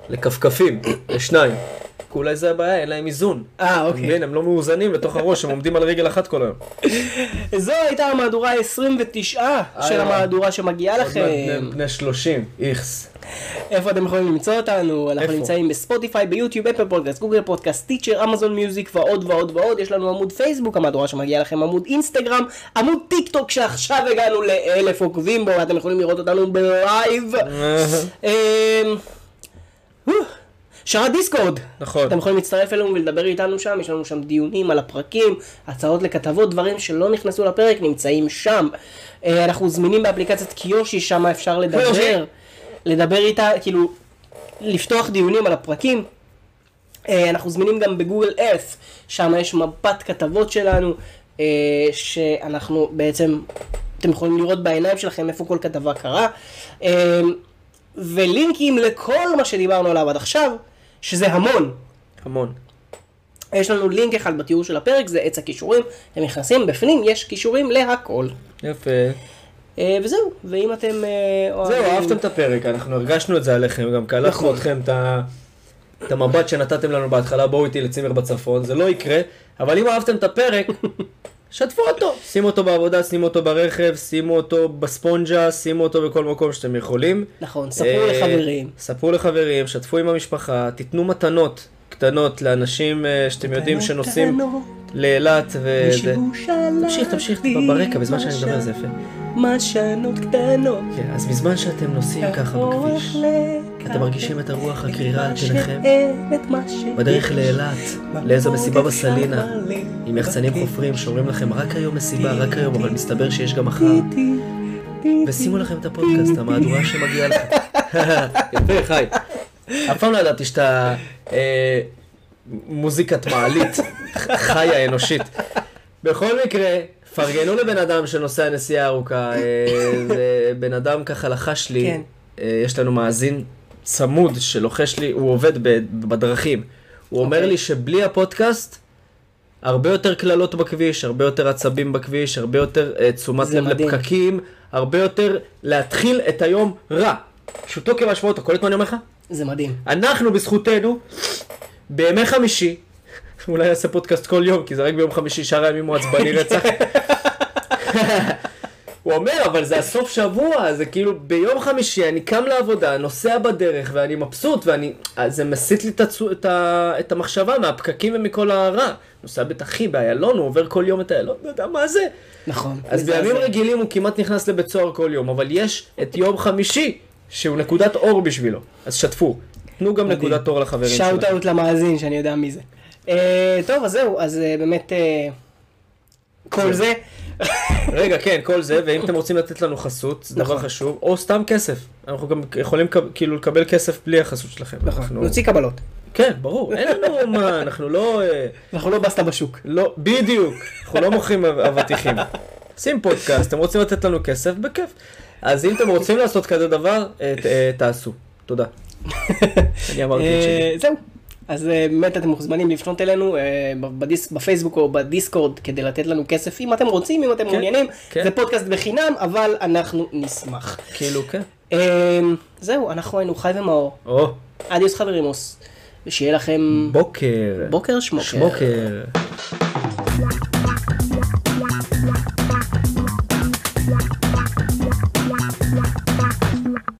Speaker 1: לכפכפים, לשניים. כי אולי זה הבעיה, אין להם איזון.
Speaker 2: אה,
Speaker 1: אתה
Speaker 2: אוקיי.
Speaker 1: מבין, הם לא מאוזנים לתוך הראש, הם עומדים על רגל אחת כל היום.
Speaker 2: זו הייתה המהדורה ה-29 של
Speaker 1: אה.
Speaker 2: המהדורה שמגיעה
Speaker 1: עוד מעט
Speaker 2: לכם.
Speaker 1: בני- בני 30, איכס.
Speaker 2: איפה אתם יכולים למצוא אותנו? אנחנו
Speaker 1: איפה?
Speaker 2: נמצאים בספוטיפיי, ביוטיוב, אפל פודקאסט, גוגל פודקאסט, טיצ'ר, אמזון מיוזיק ועוד ועוד ועוד. יש לנו עמוד פייסבוק, המהדורה שמגיעה לכם, עמוד אינסטגרם, עמוד טיק טוק שעכשיו הגענו לאלף עוקבים בו, ואתם יכולים לראות אותנו בלייב.
Speaker 1: אה.
Speaker 2: אמ, הו, שרת דיסקורד.
Speaker 1: נכון.
Speaker 2: אתם יכולים להצטרף אלינו ולדבר איתנו שם, יש לנו שם דיונים על הפרקים, הצעות לכתבות, דברים שלא נכנסו לפרק נמצאים שם. אה, אנחנו זמינים באפליקציית קיושי, שם אפשר לדבר,
Speaker 1: קיושי.
Speaker 2: לדבר איתה, כאילו, לפתוח דיונים על הפרקים. אה, אנחנו זמינים גם בגוגל אף, שם יש מפת כתבות שלנו, אה, שאנחנו בעצם, אתם יכולים לראות בעיניים שלכם איפה כל כתבה קרה. אה, ולינקים לכל מה שדיברנו עליו עד עכשיו, שזה המון.
Speaker 1: המון.
Speaker 2: יש לנו לינק אחד בתיאור של הפרק, זה עץ הכישורים, אתם נכנסים, בפנים יש כישורים להכל.
Speaker 1: יפה.
Speaker 2: אה, וזהו, ואם אתם אה,
Speaker 1: זהו,
Speaker 2: אוהבים...
Speaker 1: אהבתם את הפרק, אנחנו הרגשנו את זה עליכם, גם קלטנו
Speaker 2: נכון.
Speaker 1: אתכם את ה... את המבט שנתתם לנו בהתחלה, בואו איתי לצימר בצפון, זה לא יקרה, אבל אם אהבתם את
Speaker 2: <laughs>
Speaker 1: הפרק, שתפו אותו. שימו אותו בעבודה, שימו אותו ברכב, שימו אותו בספונג'ה, שימו אותו בכל מקום שאתם יכולים.
Speaker 2: נכון, ספרו
Speaker 1: אה,
Speaker 2: לחברים.
Speaker 1: ספרו לחברים, שתפו עם המשפחה, תיתנו מתנות קטנות לאנשים אה, שאתם יודעים שנוסעים לאילת ו... זה- תמשיך, תמשיך ב- ברקע, בזמן שאני מדבר זה יפה.
Speaker 2: משנות קטנות.
Speaker 1: כן, אז בזמן שאתם נוסעים ככה בכביש, אתם מרגישים את הרוח הקרירה על פניכם, בדרך לאילת, לאיזו מסיבה
Speaker 2: אוקיי,
Speaker 1: בסלינה, עם יחצנים חופרים שאומרים לכם רק היום מסיבה, רק היום, אבל מסתבר שיש גם מחר. ושימו לכם את הפודקאסט, המהדורה שמגיעה לכם. <laughs> יפה, חי. אף פעם לא ידעתי שאתה אה, מוזיקת מעלית, חיה אנושית. בכל מקרה, פרגנו לבן אדם שנוסע נסיעה ארוכה, אה, זה בן אדם ככה לחש לי,
Speaker 2: כן.
Speaker 1: אה, יש לנו מאזין צמוד שלוחש לי, הוא עובד ב- בדרכים. הוא אומר
Speaker 2: אוקיי.
Speaker 1: לי שבלי הפודקאסט, הרבה יותר קללות בכביש, הרבה יותר עצבים בכביש, הרבה יותר אה, תשומת
Speaker 2: זה
Speaker 1: לב
Speaker 2: מדהים.
Speaker 1: לפקקים, הרבה יותר להתחיל את היום רע. פשוטו כמשמעו, אתה קולט מה אני אומר לך?
Speaker 2: זה מדהים.
Speaker 1: אנחנו בזכותנו, בימי חמישי, אולי נעשה פודקאסט כל יום, כי זה רק ביום חמישי, שאר הימים הוא עצבני רצח. הוא אומר, אבל זה הסוף שבוע, זה כאילו ביום חמישי אני קם לעבודה, נוסע בדרך ואני מבסוט ואני... אז זה מסיט לי את, הצו... את, ה... את המחשבה מהפקקים ומכל הרע. נוסע בתחי, באיילון, הוא עובר כל יום את איילון, לא יודע מה זה.
Speaker 2: נכון.
Speaker 1: אז
Speaker 2: מזעזע.
Speaker 1: בימים רגילים הוא כמעט נכנס לבית סוהר כל יום, אבל יש את יום חמישי, שהוא נקודת אור בשבילו. אז שתפו. תנו גם נקודת אור לחברים שלכם.
Speaker 2: שאוט אאוט למאזין, שאני יודע מי זה. אה, טוב, אז זהו, אז אה, באמת... אה, כל זה,
Speaker 1: רגע, כן, כל זה, ואם אתם רוצים לתת לנו חסות, זה דבר
Speaker 2: נכון.
Speaker 1: חשוב, או סתם כסף. אנחנו גם יכולים כ- כאילו לקבל כסף בלי החסות שלכם.
Speaker 2: נכון.
Speaker 1: אנחנו-
Speaker 2: נוציא קבלות.
Speaker 1: כן, ברור. אין לנו מה, אנחנו לא... אה,
Speaker 2: אנחנו לא בסטה בשוק.
Speaker 1: לא, בדיוק. אנחנו לא מוכרים אב- אבטיחים. שים פודקאסט, אתם רוצים לתת לנו כסף? בכיף. אז אם אתם רוצים לעשות כזה דבר, אה, ת- אה, תעשו. תודה. אני אמרתי את שלי.
Speaker 2: אה, זהו. אז אה, באמת אתם מוזמנים לפנות אלינו אה, ב- בדיס- בפייסבוק או בדיסקורד כדי לתת לנו כסף אם אתם רוצים, אם אתם מעוניינים.
Speaker 1: כן.
Speaker 2: זה פודקאסט בחינם, אבל אנחנו נשמח.
Speaker 1: כאילו, כן.
Speaker 2: אה, זהו, אנחנו היינו חי ומאור.
Speaker 1: או,
Speaker 2: אדיוס חברימוס. ושיהיה לכם
Speaker 1: בוקר.
Speaker 2: בוקר שמוקר.
Speaker 1: שמוקר.